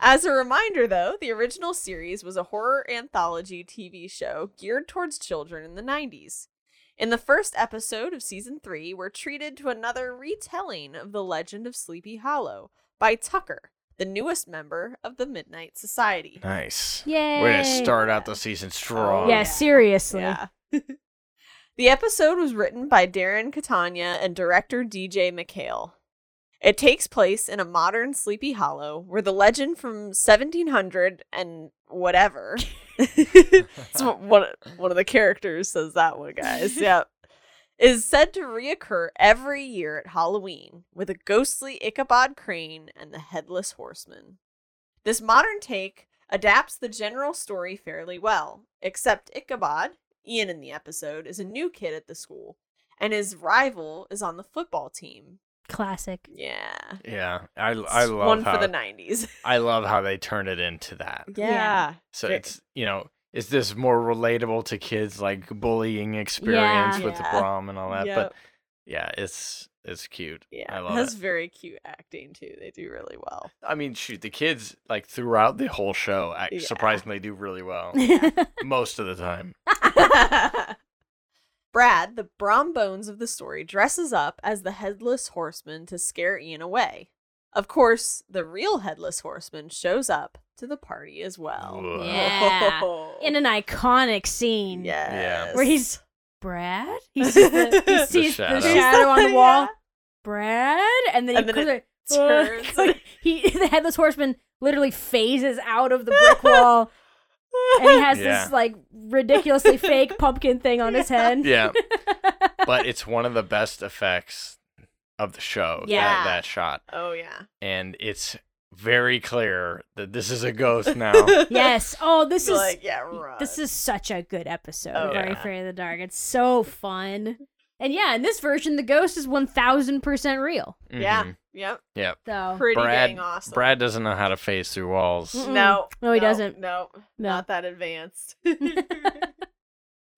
As a reminder, though, the original series was a horror anthology TV show geared towards children in the 90s. In the first episode of season 3, we're treated to another retelling of the legend of Sleepy Hollow by Tucker, the newest member of the Midnight Society.
Nice.
Yay!
We're gonna start out the season strong. *laughs*
Yeah, seriously.
Yeah. *laughs* the episode was written by Darren Catania and director DJ McHale. It takes place in a modern Sleepy Hollow where the legend from 1700 and whatever. *laughs* it's what- one, one of the characters says that one, guys. Yep. Is said to reoccur every year at Halloween with a ghostly Ichabod Crane and the Headless Horseman. This modern take adapts the general story fairly well, except Ichabod, Ian in the episode, is a new kid at the school, and his rival is on the football team.
Classic.
Yeah.
Yeah, I I
It's
love
one
how
for the 90s.
I love how they turned it into that.
*laughs*
Yeah.
So
Very-
it's you know, is this more relatable to kids like bullying experience with the
Yeah.
prom and all that?
Yep.
But yeah, it's it's cute.
yeah.
I love
That's
it.
very cute acting too. They do really well.
I mean, shoot, the kids like throughout the whole show act-
Yeah.
surprisingly do
*laughs*
really well most of the time.
*laughs* Brad, the Brombones of the story, dresses up as the headless horseman to scare Ian away. Of course, the real headless horseman shows up to the party as well.
Whoa.
Yeah. *laughs*
*laughs*
In an iconic scene.
Yes.
Where he's Brad. He
*laughs*
sees the, he
The
sees the shadow,
shadow.
on the wall.
*laughs* Yeah.
Brad, and then
And
he
then
comes
it
like,
turns. *laughs*
like, he *laughs* the headless horseman literally phases out of
*laughs*
the brick wall, and he has
Yeah.
this like ridiculously fake pumpkin thing on
*laughs*
his head.
Yeah, but it's one of the best effects of the show. that-
Yeah.
that shot,
oh yeah.
and it's very clear that this is a ghost now.
yes. Oh, this
This
is
like, yeah, run.
this is such a good episode.
Oh,
of Are You
yeah.
Afraid of the Dark? It's so fun. And yeah, in this version, the ghost is one thousand percent real.
*laughs* yeah.
Mhm.
Yep.
Yep.
So
Pretty
Brad,
dang awesome.
Brad doesn't know how to phase through walls.
Oh. Mm-mm.
No.
No, he doesn't.
No,
No.
*laughs* not that advanced. the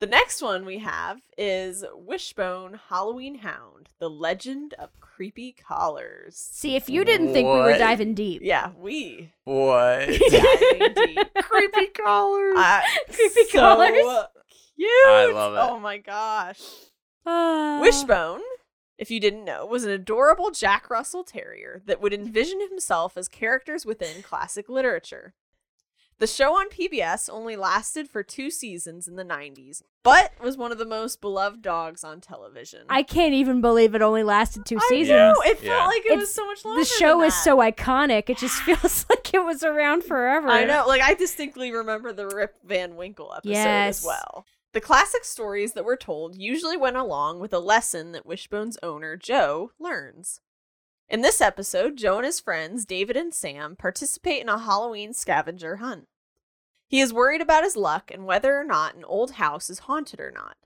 next one we have is Wishbone Halloween Hound, The Legend of Creepy Collars.
see, if you didn't think we were
What?
diving deep,
Yeah, we. *laughs*
What?
diving
*laughs*
deep.
Creepy collars.
Uh,
Creepy
so
collars.
Cute.
I love it.
Oh my gosh.
Ah.
Wishbone, if you didn't know, was an adorable Jack Russell Terrier that would envision himself as characters within classic literature. The show on PBS only lasted for two seasons in the 90s, but was one of the most beloved dogs on television.
I can't even believe it only lasted two
I
seasons.
know. It felt
Yeah.
like it was
It's-
so much longer.
the show
than
is
that.
so iconic. It just *laughs* feels like it was around forever.
I know. Like I distinctly remember the Rip Van Winkle episode
Yes.
as well. The classic stories that were told usually went along with a lesson that Wishbone's owner, Joe, learns. In this episode, Joe and his friends, David and Sam, participate in a Halloween scavenger hunt. He is worried about his luck and whether or not an old house is haunted or not.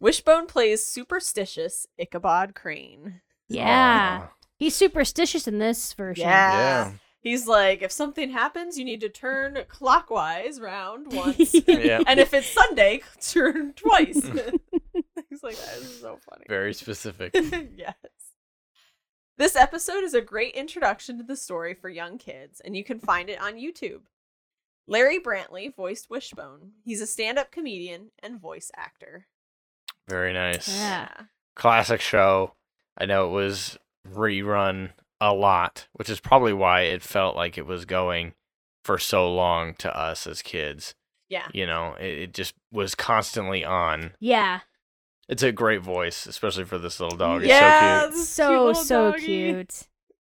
Wishbone plays superstitious Ichabod Crane.
Yeah.
Aw.
He's superstitious in this version. *laughs*
Yeah. He's like, if something happens, you need to turn clockwise
*laughs*
round once.
Yeah.
and if it's Sunday, *laughs* turn
*laughs*
twice. *laughs* Things like that is so funny.
Very
*laughs*
specific.
yes. This episode is a great introduction to the story for young kids, and you can find it on YouTube. Larry Brantley voiced Wishbone. He's a stand up comedian and voice actor.
Very nice.
Yeah.
Classic show. I know it was rerun a lot, which is probably why it felt like it was going for so long to us as kids.
Yeah.
You know, it, it just was constantly on.
Yeah.
It's a great voice, especially for this little dog. It's
Yeah,
so cute.
this is cute
So
little
so
doggy.
cute.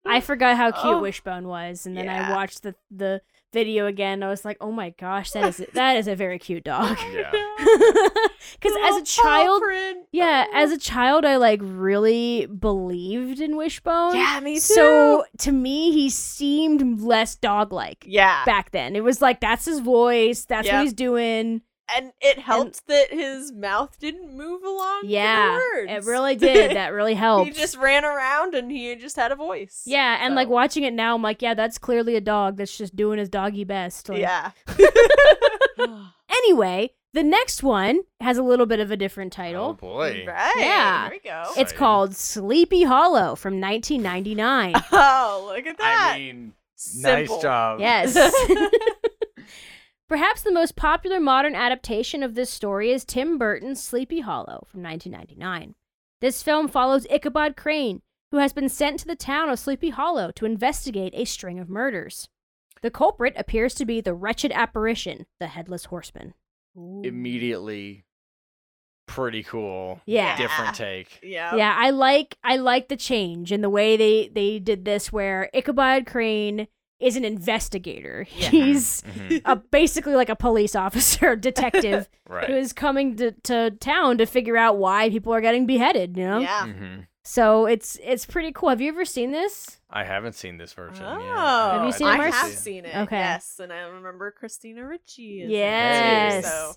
I forgot how cute
Oh.
Wishbone was, and then I
Yeah.
watched the the video again. I was like, oh my gosh, that
*laughs*
is that is a very cute dog.
Yeah. *laughs*
*laughs* Because
The
as a
little paw
child,
print.
yeah,
Oh.
as a child, I like really believed in Wishbone.
Yeah,
*laughs*
me too.
So to me, he seemed less dog like.
yeah.
back then. It was like that's his voice, that's
Yep.
what he's doing.
and it helped that his mouth didn't move along. with the
Yeah,
words. *laughs*
it really did. That really helped.
he just ran around and he just had a voice.
yeah, and
so-
like watching it now, I'm like, yeah, that's clearly a dog that's just doing his doggy best. Like,
*laughs*
yeah.
Anyway, the next one has a little bit of a different
Oh
title.
boy.
Right.
Yeah.
There we go.
it's
Exciting.
called Sleepy Hollow
*laughs*
from 1999.
*laughs* Oh, look at that.
I mean,
Simple.
nice
*laughs*
job.
Yes. Perhaps the most popular modern adaptation of this story is Tim Burton's Sleepy Hollow from 1999. This film follows Ichabod Crane, who has been sent to the town of Sleepy Hollow to investigate a string of murders. The culprit appears to be the wretched apparition, the Headless Horseman.
Immediately, pretty cool.
Yeah.
Different take.
*laughs*
*laughs*
Yeah.
Yeah, I like I like the change and the way they they did this where Ichabod Crane is an investigator.
Yeah. *laughs*
He's
Mhm.
a, basically like a police officer, *laughs* detective
*laughs*
who
Right.
is coming to, to town to figure out why people are getting beheaded, you know?
Yeah.
hmm
So it's it's pretty cool. Have you ever seen this?
I haven't seen this version.
Oh,
Yeah.
Have you seen it,
I'd
I
like to
Marcy?
have
see
seen
it.
it.
Okay.
Yes, and I remember Christina Ricci. Is in it, too,
Yes.
so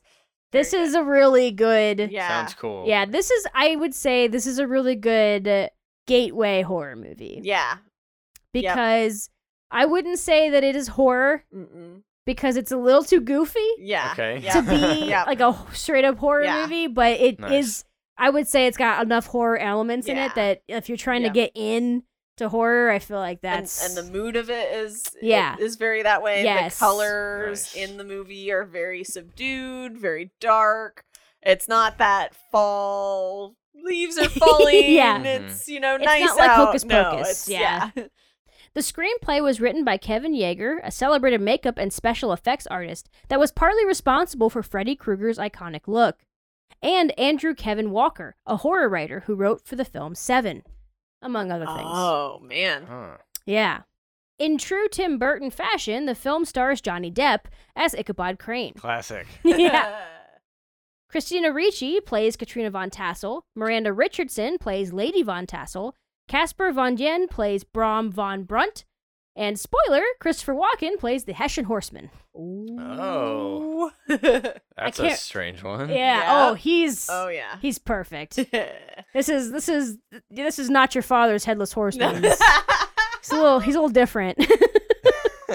This
very
is a really good
yeah.
Sounds cool.
Yeah, this is I would say this is a really good uh, gateway horror movie
Yeah. yep.
because I wouldn't say that it is horror
Mm-mm.
because it's a little too goofy
Yeah.
Okay.
*laughs* Yeah.
to be
Yep.
like a straight up horror
Yeah.
movie, but it is.
Nice.
I would say it's got enough horror elements in
Yeah.
it that if you're trying
Yep.
to get in to horror, I feel like
And,
that's
and the mood of it is
Yeah.
it is very that way.
Yes.
The colors
Nice.
in the movie are very subdued, very dark. It's not that fall leaves are falling.
*laughs* Yeah.
and
Mm-hmm.
It's you know
It's
nice
not like
out.
Hocus
No, it's-
Pocus, yeah. The screenplay was written by Kevin Yeager, a celebrated makeup and special effects artist that was partly responsible for Freddy Krueger's iconic look, and Andrew Kevin Walker, a horror writer who wrote for the film Seven, among other things.
Oh man.
Huh.
Yeah. In true Tim Burton fashion, the film stars Johnny Depp as Ichabod Crane.
Classic.
*laughs* *laughs*
*laughs*
yeah. Christina Ricci plays Katrina von Tassel. Miranda Richardson plays Lady von Tassel. Casper von Dien plays Brom von Brunt. And spoiler, Christopher Walken plays the
*laughs*
Hessian Horseman.
Oh. That's a
can't-
strange one.
Yeah.
Yeah.
Oh, he's
oh yeah. *laughs*
he's perfect. This is this is this is not your father's headless horseman.
*laughs* No.
He's a little he's a little different. *laughs*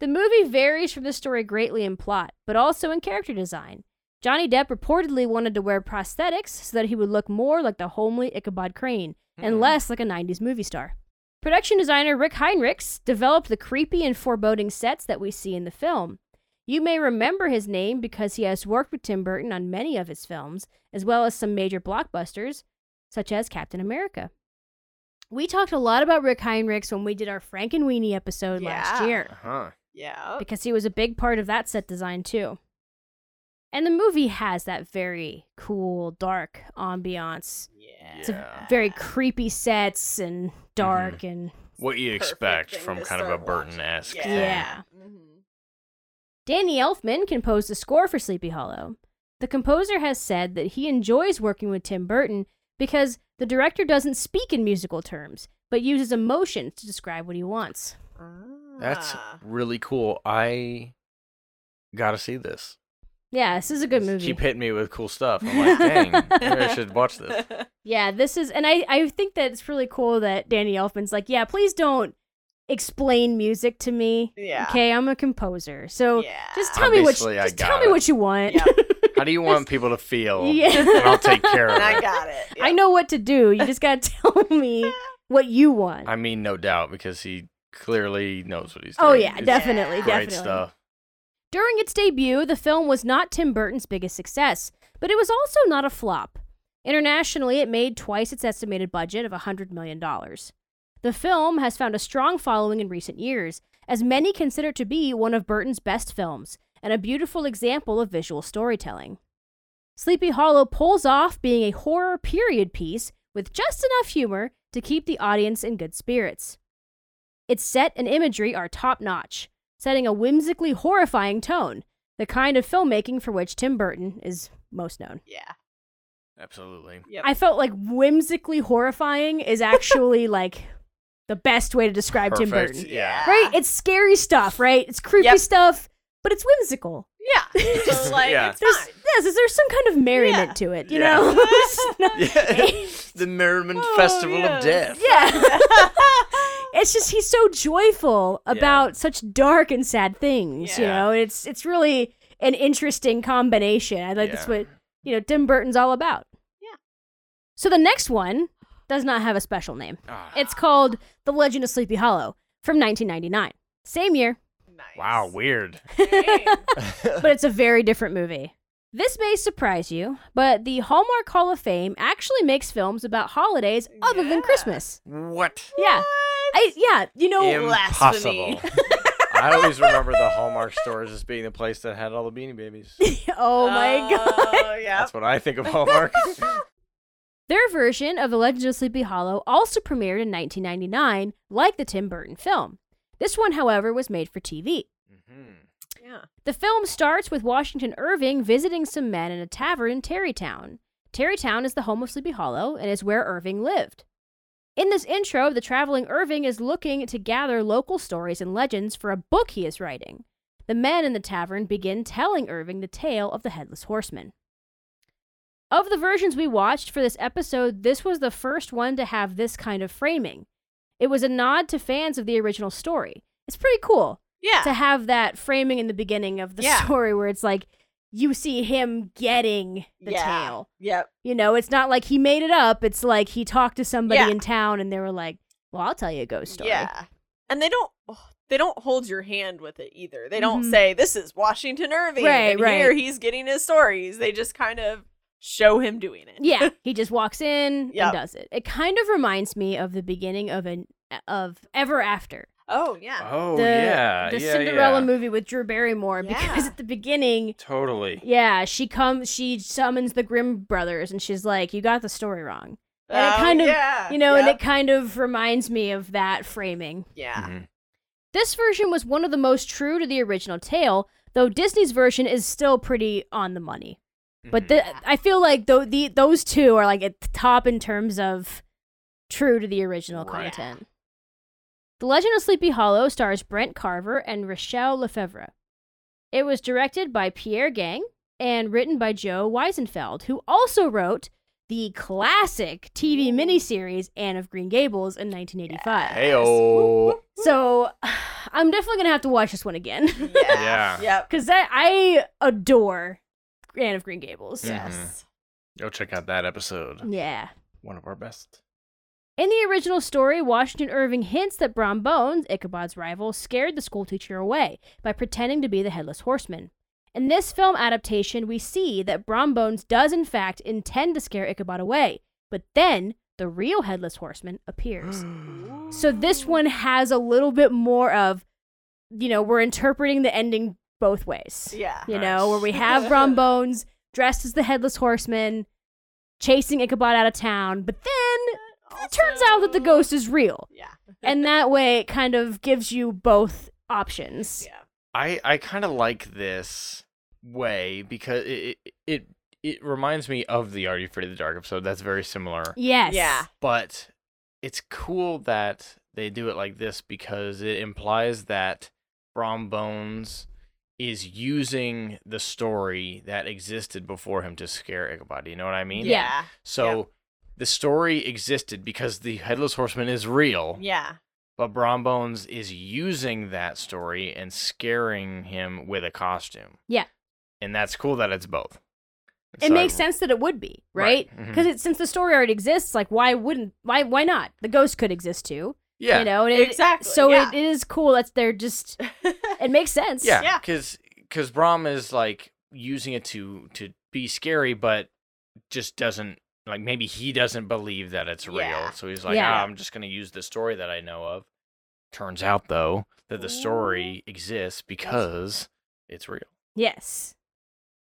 the movie varies from the story greatly in plot, but also in character design. Johnny Depp reportedly wanted to wear prosthetics so that he would look more like the homely Ichabod Crane and
Hmm.
less like a 90s movie star. Production designer Rick Heinrichs developed the creepy and foreboding sets that we see in the film. You may remember his name because he has worked with Tim Burton on many of his films, as well as some major blockbusters, such as Captain America. We talked a lot about Rick Heinrichs when we did our Frank and Weenie episode last
Yeah.
year
Huh.
yeah.
because he was a big part of that set design too. And the movie has that very cool, dark ambiance.
Yeah.
It's a
Yeah.
very creepy sets and dark and
What you
Perfect
expect
thing
from
to
kind of a
start watching.
Burton esque
Yeah.
thing.
Yeah.
Mhm.
Danny Elfman composed the score for Sleepy Hollow. The composer has said that he enjoys working with Tim Burton because the director doesn't speak in musical terms, but uses emotions to describe what he wants.
That's
Ah.
really cool. I gotta see this.
Yeah, this is a good movie.
Keep hitting me with cool stuff.
*laughs*
I'm like, dang, maybe I should watch this.
Yeah, this is, and I, I think that it's really cool that Danny Elfman's like, yeah, please don't explain music to me.
Yeah.
Okay, I'm a composer, so
yeah.
just tell me what, you,
Obviously, I
just
got
tell me
it.
what you want. *laughs*
Yep.
How do you want people to feel? And *laughs*
yeah,
I'll take care of
and I
it.
got it.
I know what to do. You just gotta *laughs* tell me what you want.
I mean, no doubt, because he clearly knows what he's doing.
oh yeah,
It's
definitely,
Great
definitely.
stuff.
During its debut, the film was not Tim Burton's biggest success, but it was also not a flop. Internationally, it made twice its estimated budget of $100 million. The film has found a strong following in recent years, as many consider it to be one of Burton's best films and a beautiful example of visual storytelling. Sleepy Hollow pulls off being a horror period piece with just enough humor to keep the audience in good spirits. Its set and imagery are top notch, setting a whimsically horrifying tone, the kind of filmmaking for which Tim Burton is most known.
Yeah.
Absolutely.
Yep.
I felt like whimsically horrifying
*laughs*
is actually like the best way to describe Tim
Perfect.
Burton.
Yeah.
Right? It's scary stuff, right? It's creepy
Yep.
stuff, but *laughs* it's whimsical.
Yeah. So like
Yeah.
it's
There's,
fine.
yes, is there some kind of merriment
Yeah.
to it? You
Yeah.
know,
*laughs*
*laughs* It's not-
*laughs* the Merriment
Oh,
Festival
yes.
of Death.
*laughs*
*laughs*
yeah. it's just he's so joyful
Yeah.
about such dark and sad things. You
Yeah.
know, it's it's really an interesting combination. I like that's
Yeah.
what you know Tim Burton's all about.
Yeah.
So the next one does not have a special name.
Ah,
It's called The Legend of Sleepy Hollow from 1999. Same year,
Nice.
wow, weird.
*laughs* Dang.
but it's a very different movie. This may surprise you, but the Hallmark Hall of Fame actually makes films about holidays other
Yeah.
than Christmas.
What?
Yeah. I, yeah, you know,
Impossible. I always remember the Hallmark stores as being the place that had all the Beanie Babies.
*laughs* oh my god.
Oh yeah.
That's what I think of
*laughs*
Hallmark. *laughs*
Their version of The Legend of Sleepy Hollow also premiered in 1999, like the Tim Burton film. This one, however, was made for TV.
Mhm.
Yeah.
The film starts with Washington Irving visiting some men in a tavern in Tarrytown. Tarrytown is the home of Sleepy Hollow and is where Irving lived. In this intro, the traveling Irving is looking to gather local stories and legends for a book he is writing. The men in the tavern begin telling Irving the tale of the Headless Horseman. Of the versions we watched for this episode, this was the first one to have this kind of framing. It was a nod to fans of the original story. It's pretty cool
Yeah.
to have that framing in the beginning of the
Yeah.
story where it's like you see him getting the
yeah.
tale.
Yep.
You know, it's not like he made it up. It's like he talked to somebody
Yeah.
in town and they were like, "Well, I'll tell you a ghost story."
Yeah. And they don't they don't hold your hand with it either. They don't
Mhm.
say this is Washington Irving
Right,
and
right.
here he's getting his stories. They just kind of show him doing it.
Yeah, he just walks in
Yep.
and does it. It kind of reminds me of the beginning of an of Ever After.
*laughs* Oh yeah.
Oh
the,
yeah,
the
yeah,
Cinderella
yeah.
movie with Drew Barrymore because
Yeah.
at the beginning
Totally.
yeah, she comes she summons the Grimm brothers and she's like, "You got the story wrong." And it
Oh,
kind of-
yeah.
You know, and
Yep.
it kind of reminds me of that framing.
Yeah.
Mhm.
This version was one of the most true to the original tale, though Disney's version is still pretty on the money. But
Mhm.
the, I feel like though the those two are like at the top in terms of true to the original
Right.
content. The Legend of Sleepy Hollow stars Brent Carver and Rochelle Lefevre. It was directed by Pierre Gang and written by Joe Weisenfeld, who also wrote the classic TV miniseries Anne of Green Gables in 1985.
Heyo.
So *sighs* I'm definitely gonna have to watch this one again
*laughs* Yeah.
Yeah. Yep.
because that I adore Anne of Green Gables.
Yeah.
Yes.
Go check out that episode.
Yeah.
One of our best.
In the original story, Washington Irving hints that Brom Bones, Ichabod's rival, scared the schoolteacher away by pretending to be the headless horseman. In this film adaptation, we see that Brom Bones does in fact intend to scare Ichabod away, but then the real headless horseman appears. So this one has a little bit more of, you know, we're interpreting the ending both ways.
Yeah.
You
Nice.
know, where we have Brom Bones dressed as the headless horseman, chasing Ichabod out of town, but then it turns out that the
Also-
ghost is real.
Yeah.
And that way it kind of gives you both options.
Yeah.
I I kind of like this way because it it, it it reminds me of the Are You Afraid of the Dark episode. That's very similar,
Yes.
Yeah.
but it's cool that they do it like this because it implies that Brom Bones is using the story that existed before him to scare Ichabod. You know what I mean?
Yeah.
So the story existed because the Headless Horseman is real.
Yeah.
But Brom Bones is using that story and scaring him with a costume.
Yeah.
And that's cool that it's both.
It
So
makes
I-
sense that it would be, right?
Right. Mhm.
Because since the story already exists, like why wouldn't why why not? The ghost could exist too.
Yeah.
You know, and it,
Exactly,
So
yeah.
it is cool that they're just it makes sense.
yeah.
Yeah.
Because because Brom is like using it to to be scary, but just doesn't like maybe he doesn't believe that it's real.
Yeah.
So he's like,
Yeah.
ah, I'm just gonna use the story that I know of. Turns out though that the
Oh.
story exists because it's real.
Yes.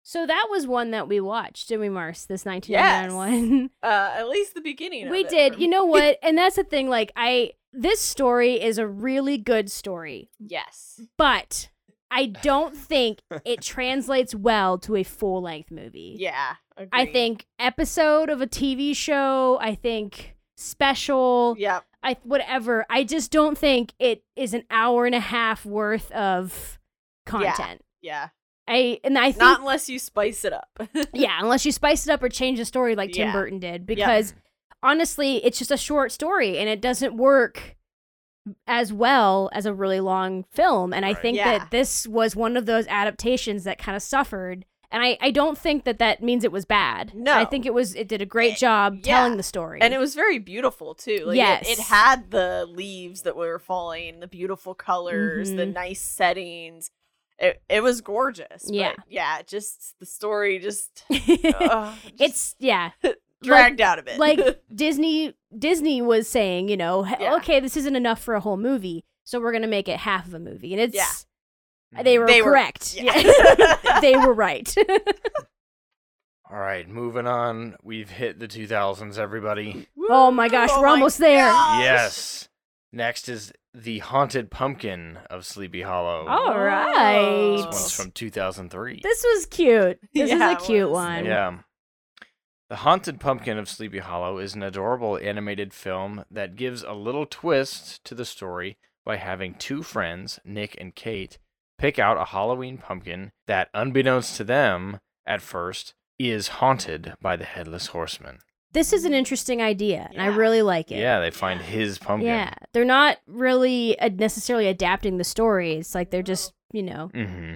So that was one that we watched, didn't we, Mars? This 1991
Yes.
*laughs* one.
*laughs* Uh, at least the beginning. Of
we
it
did
for
you
me. *laughs*
know what and that's the thing like i this story is a really good story
Yes.
but i
*laughs*
don't think it translates well to a full-length movie
Yeah.
i
agreed.
think episode of a tv show i think special
Yep.
i whatever i just don't think it is an hour and a half worth of content
Yeah.
I and I think
Not unless you spice it up. *laughs*
yeah, unless you spice it up or change the story like Tim
Yeah.
Burton did, because honestly, it's just a short story and it doesn't work as well as a really long film. And I
Right.
think
Yeah.
that this was one of those adaptations that kind of suffered. And I, I don't think that that means it was bad.
No.
I think it was it did a great
It-
job
yeah.
telling the story. *laughs*
and it was very beautiful too. Like it,
Yes.
it had the leaves that were falling, the beautiful colors, the
Mhm.
nice settings. It it was gorgeous. but
Yeah.
yeah. Just the story
*laughs*
just, uh, just
it's yeah,
dragged out a bit.
like *laughs* Disney Disney was saying, you know, "H-
Yeah.
okay, this isn't enough for a whole movie, so we're gonna make it half of a movie, and it's
Mhm.
they were
They were-
correct.
*laughs* yeah.
they were right.
All right, moving on. We've hit the 2000s, everybody.
*laughs*
*laughs*
Oh my gosh, we're almost there.
gosh.
Yes. Next is The Haunted Pumpkin of Sleepy Hollow.
All
This
right.
one's from 2003.
Oh. This was
*laughs*
cute. This
Yeah,
is
it
a cute
was.
one.
Yeah. The Haunted Pumpkin of Sleepy Hollow is an adorable animated film that gives a little twist to the story by having two friends, Nick and Kate, pick out a Halloween pumpkin that, unbeknownst to them at first, is haunted by the Headless Horseman.
This is an interesting idea, and I
Yeah.
really like it.
Yeah, they find his pumpkin.
Yeah. They're not really uh, necessarily adapting the story. It's like they're just,
Oh.
you know.
hmm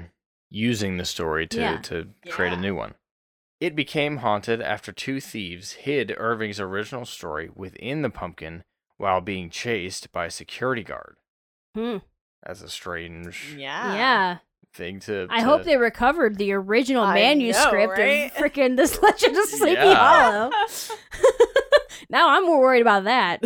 using the story to,
Yeah.
to create a
Yeah.
new one. It became haunted after two thieves hid Irving's original story within the pumpkin while being chased by a security guard.
hmm.
That's a strange
Yeah.
Yeah.
thing to.
I
to-
hope they recovered the original
I know,
manuscript
right? *laughs*
of freaking This Legend of Sleepy
Yeah.
Hollow. *laughs* now I'm more worried
*laughs*
about that.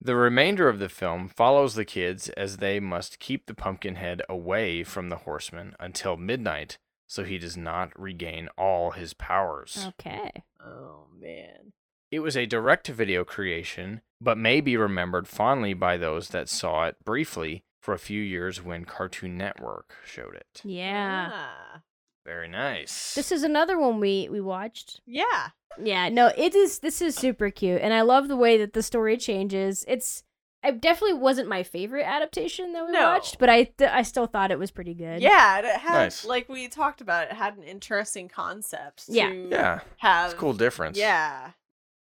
The remainder of the film follows the kids as they must keep the pumpkin head away from the horseman until midnight so he does not regain all his powers.
Okay.
oh man.
It was a direct to video creation, but may be remembered fondly by those that saw it briefly for a few years when Cartoon Network showed it.
Yeah.
Ah.
Very nice.
This is another one we we watched.
Yeah.
Yeah, no, it is. This is super cute, and I love the way that the story changes. It's, it definitely wasn't my favorite adaptation that we
No.
watched, but I th- I still thought it was pretty good.
Yeah. and It had
Nice.
like we talked about, it had an interesting concept.
Yeah.
To
yeah,
Have
it's a cool difference.
Yeah.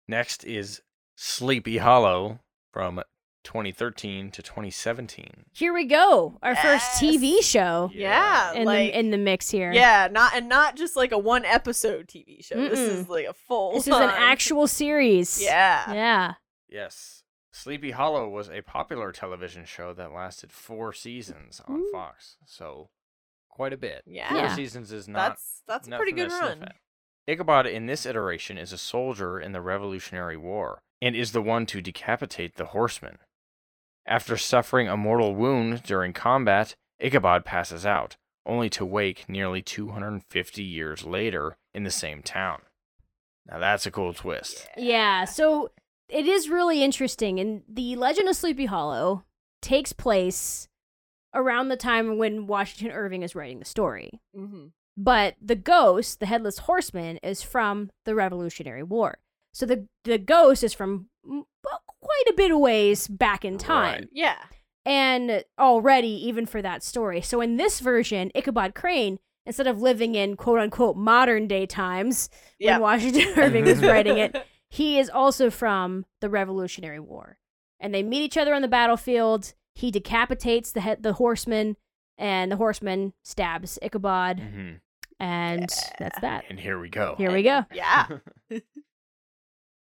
Next is Sleepy Hollow from 2013 to 2017.
Here we go, our
Yes.
first TV show
Yeah.
in
like,
the in the mix here.
Yeah, not and not just like a one episode TV show. This
Mm-mm.
is like a full.
this is an
on-
actual
*laughs*
series.
Yeah.
yeah,
Yes. Sleepy Hollow was a popular television show that lasted four seasons on
Ooh.
Fox, so quite a bit.
Yeah.
Four
Yeah.
seasons is not
That's that's a
Not
pretty
from
good
that sniff
run.
at. Ichabod in this iteration is a soldier in the Revolutionary War and is the one to decapitate the horseman. After suffering a mortal wound during combat, Ichabod passes out, only to wake nearly 250 years later in the same town. Now that's a cool twist.
yeah. So it is really interesting, and the Legend of Sleepy Hollow takes place around the time when Washington Irving is writing the story.
hmm
But the ghost, the headless horseman, is from the Revolutionary War. So the the ghost is from mm, well, quite a bit of ways back in time,
Right.
Yeah.
and already even for that story. So in this version, Ichabod Crane, instead of living in quote unquote modern day times
Yeah.
when *laughs* Washington Irving is
*laughs*
writing it, he is also from the Revolutionary War. And they meet each other on the battlefield. He decapitates the he- the horseman, and the horseman stabs Ichabod
Mhm.
and that's that.
And here we go.
Here we go.
*laughs*
*laughs*
Yeah.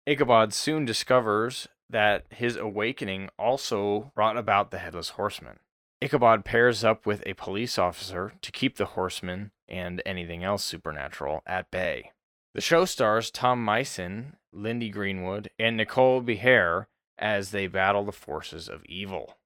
Ichabod soon discovers that his awakening also brought about the Headless Horseman. Ichabod pairs up with a police officer to keep the horseman and anything else supernatural at bay. The show stars Tom Meissen, Lindy Greenwood, and Nicole Behair as they battle the forces of evil.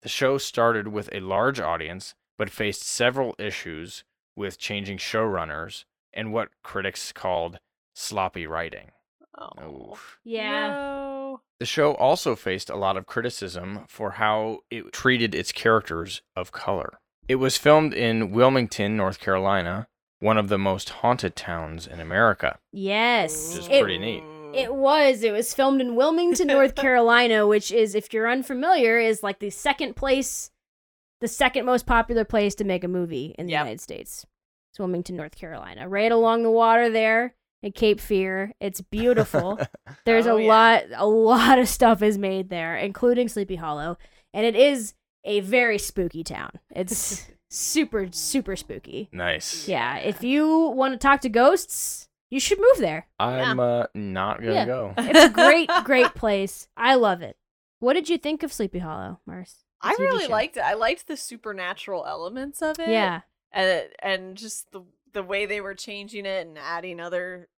The show started with a large audience, but faced several issues with changing showrunners and what critics called sloppy writing.
Oh.
Yeah.
No.
The show also faced a lot of criticism for how it treated its characters of color. It was filmed in Wilmington, North Carolina, one of the most haunted towns in America.
Yes.
Which is
it,
pretty neat.
it was. It was filmed in
*laughs*
Wilmington, North Carolina, which is, if you're unfamiliar, is like the second place, the second most popular place to make a movie in the
Yep.
United States. It's Wilmington, North Carolina, right along the water there at Cape Fear.
*laughs*
It's beautiful. There's
Oh,
a
yeah.
lot, a lot of stuff is made there, including Sleepy Hollow, and it is a very spooky town.
*laughs*
It's super, super spooky.
nice.
Yeah, if you want to talk to ghosts, you should move there.
I'm uh, not gonna
*laughs*
Yeah.
go.
It's a great, great place. I love it. What did you think of Sleepy Hollow, Mars?
I
TV
really
show.
liked it. I liked the supernatural elements of it.
Yeah,
and and just the the way they were changing it and adding other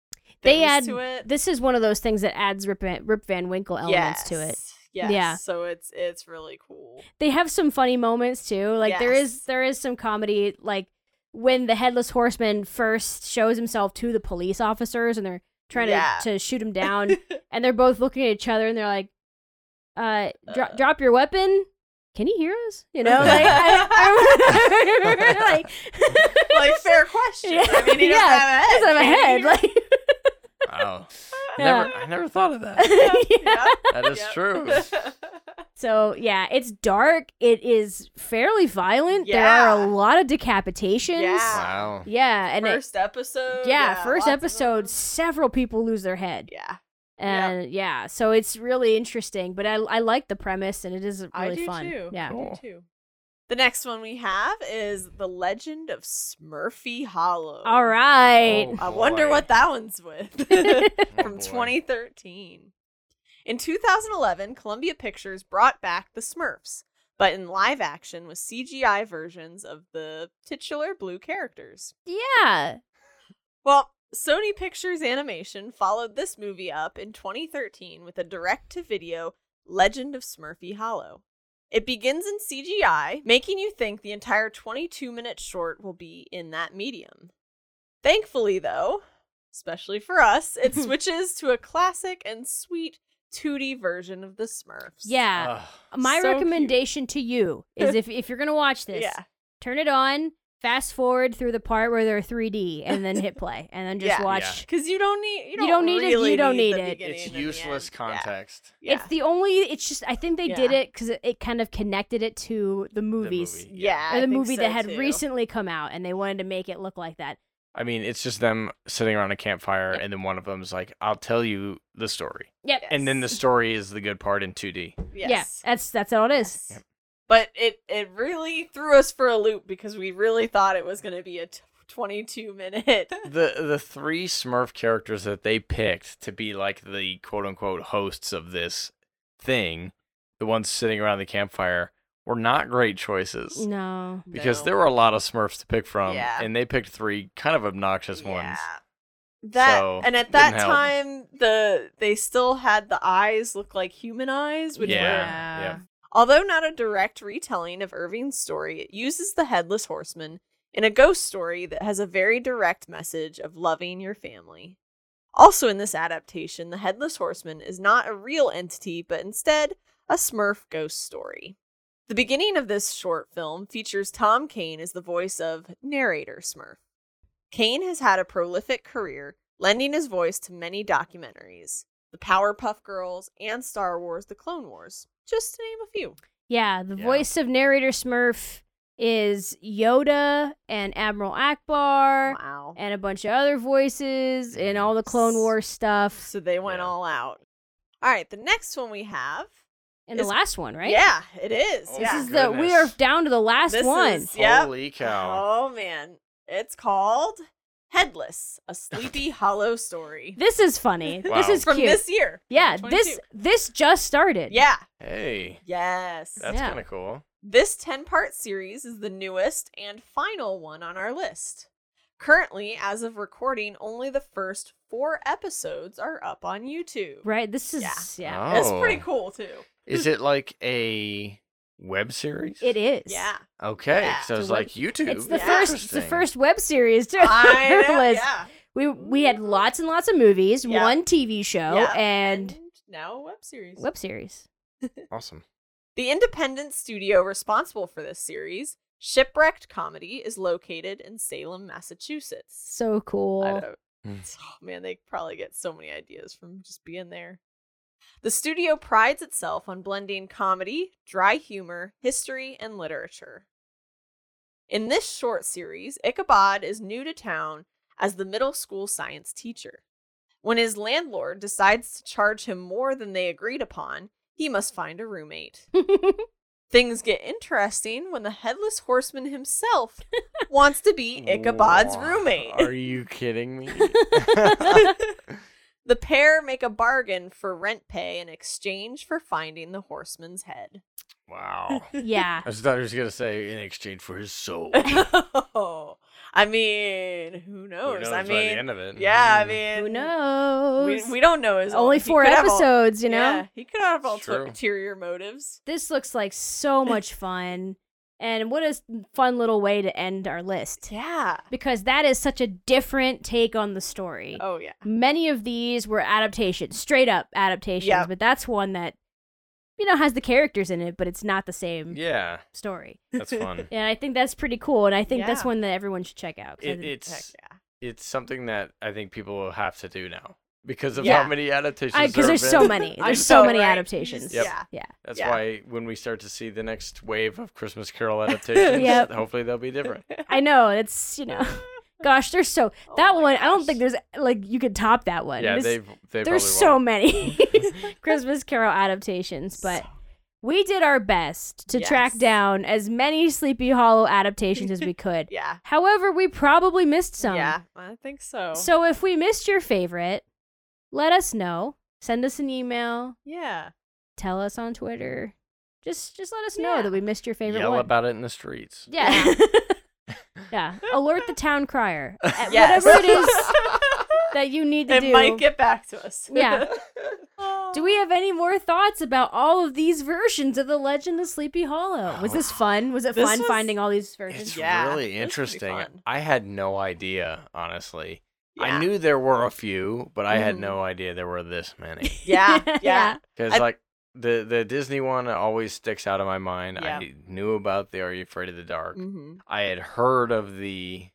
things
They add
to it.
this is one of those things that adds Rip Van, Rip Van Winkle elements to it.
Yes, Yes.
Yeah.
So it's it's really cool.
They have some funny moments too. Like there is
Yes.
there is some comedy. Like when the headless horseman first shows himself to the police officers and they're trying
Yeah.
to, to shoot
*laughs*
him down, *laughs* and they're both looking at each other and they're like, "Uh, dro- drop your weapon." Can he hear us?
*laughs*
You know, like, I, I *laughs* remember, like,
like
*laughs*
fair question. I mean, he doesn't
Yeah,
have a head.
doesn't have a
can
head.
he? *laughs*
Like,
Wow.
Yeah.
Never, I never thought of that.
*laughs*
*laughs*
yeah.
That is
Yep. *laughs*
true.
So yeah, it's dark. It is fairly violent. There are
Yeah.
a lot of decapitations.
Yeah.
Wow.
Yeah, and it,
first episode.
yeah, first
lots of them.
episode, several people lose their head,
Yeah,
and yeah, so it's really interesting. But I I like the premise, and it is really
I do
fun.
too.
Yeah,
I do
Cool.
too. The next one we have is the Legend of Smurfy Hollow.
all right.
Oh,
I wonder
boy.
what that one's with.
*laughs*
*laughs*
Oh,
from
boy.
2013. In 2011, Columbia Pictures brought back the Smurfs, but in live action with CGI versions of the titular blue characters.
*laughs* yeah,
Well, Sony Pictures Animation followed this movie up in 2013 with a direct to video Legend of Smurfy Hollow. It begins in CGI, making you think the entire 22 minute short will be in that medium. Thankfully, though, especially for us,
*laughs*
it switches to a classic and sweet 2D version of the Smurfs.
yeah.
Ugh.
My
so cute.
recommendation to you is if if you're
*laughs*
gonna watch this,
Yeah.
turn it on, fast forward through the part where they're 3D, and then hit play, and then just
Yeah.
watch.
Yeah.
Because you don't need you don't,
don't need it,
really
you don't
the
need it.
beginning
It's
and the
useless
end.
context.
Yeah.
It's the only. It's just I think they did
Yeah.
it because it, it kind of connected it to the movies
movie.
Yeah.
Yeah.
or
I
the
think
movie
so,
that had
too.
recently come out, and they wanted to make it look like that.
I mean, it's just them sitting around a campfire, and then one of them's like, "I'll tell you the story,"
Yep.
Yeah.
and then the
Yes. *laughs*
story is the good part in 2D.
Yes.
Yeah. That's that's all it is.
Yes. But it it really threw us for a loop because we really thought it was going to be a t- 22 minute. *laughs*
the the three Smurf characters that they picked to be like the quote unquote hosts of this thing, the ones sitting around the campfire, were not great choices
No.
because
No.
there were a lot of Smurfs to pick from,
Yeah.
and they picked three kind of obnoxious ones.
That
So,
and at
didn't
that
help.
time the they still had the eyes look like human eyes, which
Yeah.
were
yeah.
although not a direct retelling of Irving's story, it uses the headless horseman in a ghost story that has a very direct message of loving your family. Also in this adaptation, the headless horseman is not a real entity, but instead a Smurf ghost story. The beginning of this short film features Tom Kane as the voice of narrator Smurf. Kane has had a prolific career, lending his voice to many documentaries, The Powerpuff Girls and Star Wars The Clone Wars, just to name a few.
Yeah. The
Yeah.
voice of narrator Smurf is Yoda and Admiral Akbar
Wow.
and a bunch of other voices and all the Clone
S-
Wars stuff
So they went
Yeah.
all out. All right, the next one we have.
and the
is-
last one, right?
Yeah, it is.
Oh,
This
yeah.
is the we are
Goodness.
down to the last
This
one.
is- Yep.
Holy cow!
Oh man, it's called Headless: A
*laughs*
Sleepy Hollow Story.
This
*laughs*
is funny.
Wow.
This is
from
cute.
this year.
yeah.
2022.
This this just started.
Yeah.
Hey,
Yes.
that's
Yeah.
kind of cool.
This 10 part series is the newest and final one on our list. Currently, as of recording, only the first four episodes are up on YouTube.
Right. This is
Yeah.
yeah.
Oh.
That's pretty cool, too.
*laughs*
Is it like a web series?
It is.
Yeah.
*laughs*
Okay,
Yeah.
so
It's a
it's
web-
like YouTube.
It's the
Yeah.
first. It's the
Interesting.
first web series to *laughs*
I know,
list.
yeah.
We we had lots and lots of movies,
Yeah.
one TV show,
Yeah.
and
now a web series.
web series. *laughs*
Awesome.
The independent studio responsible for this series, Shipwrecked Comedy, is located in Salem, Massachusetts.
So
I
cool.
know.
Mm.
Oh, man, they probably get so many ideas from just being there. The studio prides itself on blending comedy, dry humor, history, and literature. In this short series, Ichabod is new to town as the middle school science teacher. When his landlord decides to charge him more than they agreed upon, he must find a roommate. Things get interesting when the headless horseman himself *laughs* wants to be Ichabod's
Wha-
roommate.
Are you
*laughs*
kidding me? *laughs*
the pair make a bargain for rent pay in exchange for finding the horseman's head. *laughs*
wow.
*laughs* yeah.
I just thought he was gonna say in exchange for his
*laughs*
soul. Who
I mean, who knows?
knows
I
by the
mean,
end of it.
yeah, I
Mm.
mean,
Who knows?
We, we don't know his
Only
he
four
could have al-
episodes, you know?
Yeah, he could have
It's
alter-
true.
ulterior motives.
This looks like so much fun. And what a s- fun little way to end our list.
Yeah.
Because that is such a different take on the story.
Oh yeah.
Many of these were adaptations, straight up adaptations,
Yep.
but that's one that, you know, has the characters in it, but it's not the same
Yeah,
story.
that's
*laughs*
fun.
And I think that's pretty cool. And I think that's
Yeah.
one that everyone should check out. 'cause I
it,
think-
Heck
it's
yeah.
it's something that I think people will have to do now because of
Yeah.
how many adaptations.
I-
there
'cause there's
have
so
been. *laughs*
many.
I
There's
know,
so many
right?
adaptations.
Yep.
Yeah.
Yeah.
That's
Yeah.
why when we start to see the next wave of Christmas
*laughs*
Carol adaptations,
Yep.
hopefully they'll be different.
I know. It's, you know, gosh, there's so.
*laughs* Oh
That
my
one, I don't
gosh.
think there's, like, you could top that one.
yeah,
This-
they've they
there's
probably
so
won't.
many *laughs* Christmas Carol adaptations, but
So-
we did our best to track
Yes.
down as many Sleepy Hollow adaptations as we could.
yeah.
However, we probably missed some.
Yeah, I think so.
So if we missed your favorite, let us know. Send us an email.
yeah.
Tell us on Twitter. Just just let us
Yeah.
know that we missed your favorite
Yell
one.
about it in the streets.
yeah, *laughs* yeah. Alert the town crier. At
Yes.
Whatever it is
*laughs*
that you need to
it
do.
might get back to us. *laughs*
Yeah. do we have any more thoughts about all of these versions of the Legend of Sleepy Hollow? Was this fun? Was it
This
fun
was-
finding all these versions?
Oh. It's
Yeah, that's
really
pretty
interesting.
fun.
I had no idea, honestly. I
Yeah.
knew there were a few, but I had
Mhm.
no idea there were this many.
*laughs*
*laughs*
Yeah. Yeah.
Yeah.
Because
I-
like the the Disney one always sticks out of my mind.
Yeah.
I knew about the Are You Afraid of the Dark.
Mm-hmm.
I had heard of the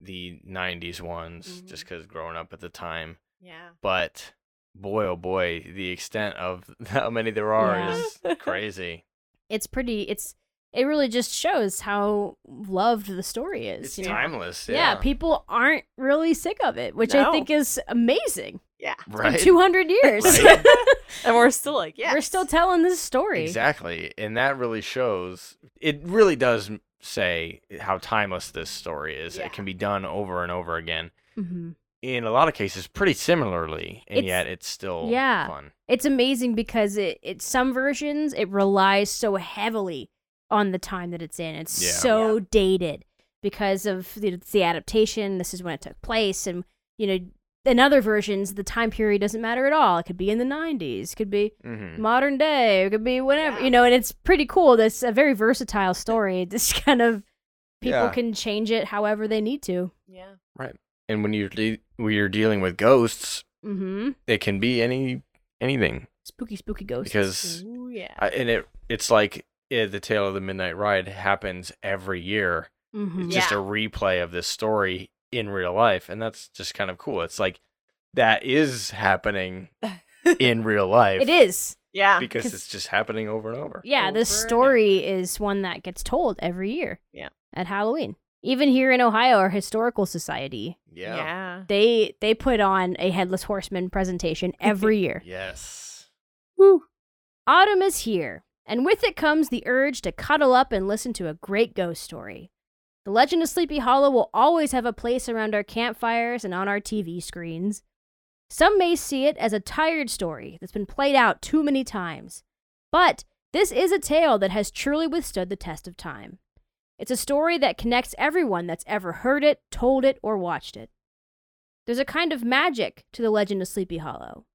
the '90s ones just 'cause just
Mhm.
because growing up at the time.
Yeah.
But boy, oh boy, the extent of *laughs* how many there are
Yeah.
is crazy.
It's pretty. It's it really just shows how loved the story is.
It's
you know?
timeless.
Yeah,
Yeah,
people aren't really sick of it, which I
No.
think is amazing.
Yeah.
*laughs* right.
Two hundred years,
*laughs* Right.
And we're still *laughs* like, yeah.
we're still telling this story.
Exactly. And that really shows it really does m- say how timeless this story is.
Yeah.
It can be done over and over again.
hmm
In a lot of cases pretty similarly, and
It's-
yet it's still
yeah.
fun.
It's amazing because it, it some versions it relies so heavily on the time that it's in. It's
Yeah.
so dated because of the, the adaptation. This is when it took place, and you know, in other versions, the time period doesn't matter at all. It could be in the nineties, could be
hmm
modern day. It could be whenever,
Yeah.
you know, and it's pretty cool. That's a very versatile story. *laughs* This kind of people
Yeah.
can change it however they need to.
yeah.
And when you're de- when you're dealing with ghosts,
Mm-hmm.
it can be any anything
Spooky, spooky ghosts.
because
Ooh, yeah.
I, and it it's like eh, the tale of the midnight ride happens every year.
hmm
It's just a
Yeah.
replay of this story in real life, and that's just kind of cool. It's like that is happening
*laughs*
in real life.
It is.
yeah.
because it's just happening over and over.
Yeah,
over and
this story is one that gets told every year.
Yeah.
At Halloween. Even here in Ohio, our historical society,
yeah.
they they put on a headless
*laughs*
horseman presentation every year.
Yes.
Autumn is here, and with it comes the urge to cuddle up and listen to a great ghost story. The Legend of Sleepy Hollow will always have a place around our campfires and on our TV screens. Some may see it as a tired story that's been played out too many times, but this is a tale that has truly withstood the test of time. It's a story that connects everyone that's ever heard it, told it, or watched it. There's a kind of magic to the Legend of Sleepy Hollow.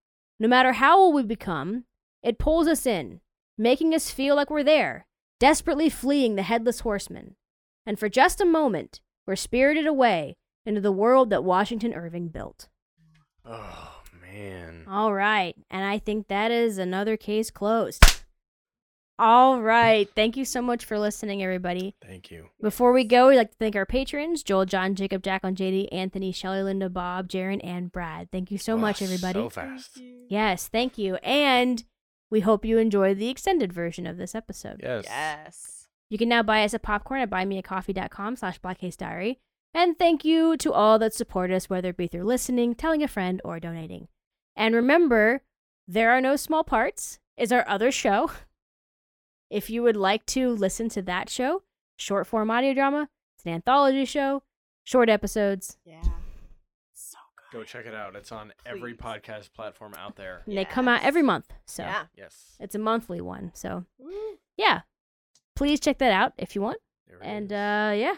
No matter how old we become, it pulls us in, making us feel like we're there, desperately fleeing the headless horseman. And for just a moment, we're spirited away into the world that Washington Irving built.
Oh man.
All right, and I think that is another case closed. All right, thank you so much for listening, everybody.
Thank you.
Before we go, we'd like to thank our patrons Joel, John, Jacob, Jacqueline, JD, Anthony, Shelley, Linda, Bob, Jaren, and Brad. Thank you so
Oh,
much, everybody.
So fast.
Yes, thank you. And we hope you enjoy the extended version of this episode.
Yes.
Yes.
You can now buy us a popcorn at buymeacoffee.com slash blackcasediary. And thank you to all that support us, whether it be through listening, telling a friend, or donating. And remember, There Are No Small Parts is our other show. *laughs* If you would like to listen to that show, short form audio drama, it's an anthology show, short episodes,
Yeah. So good.
Go check it out. It's on every
Please.
podcast platform out there.
and they come out every
Yes.
month. So
Yeah.
Yes.
it's a monthly one. So
Woo.
yeah, please check that out if you want.
There it
And
is.
uh yeah.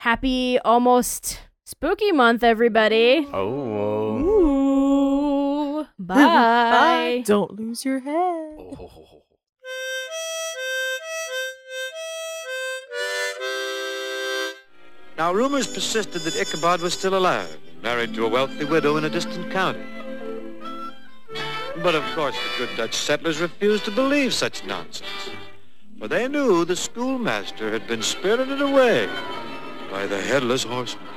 Happy almost spooky month, everybody.
oh.
Ooh. Bye.
Bye. Don't lose your head.
Oh, ho, ho, ho.
Now, rumors persisted that Ichabod was still alive and married to a wealthy widow in a distant county. But of course, the good Dutch settlers refused to believe such nonsense, for they knew the schoolmaster had been spirited away by the headless horseman.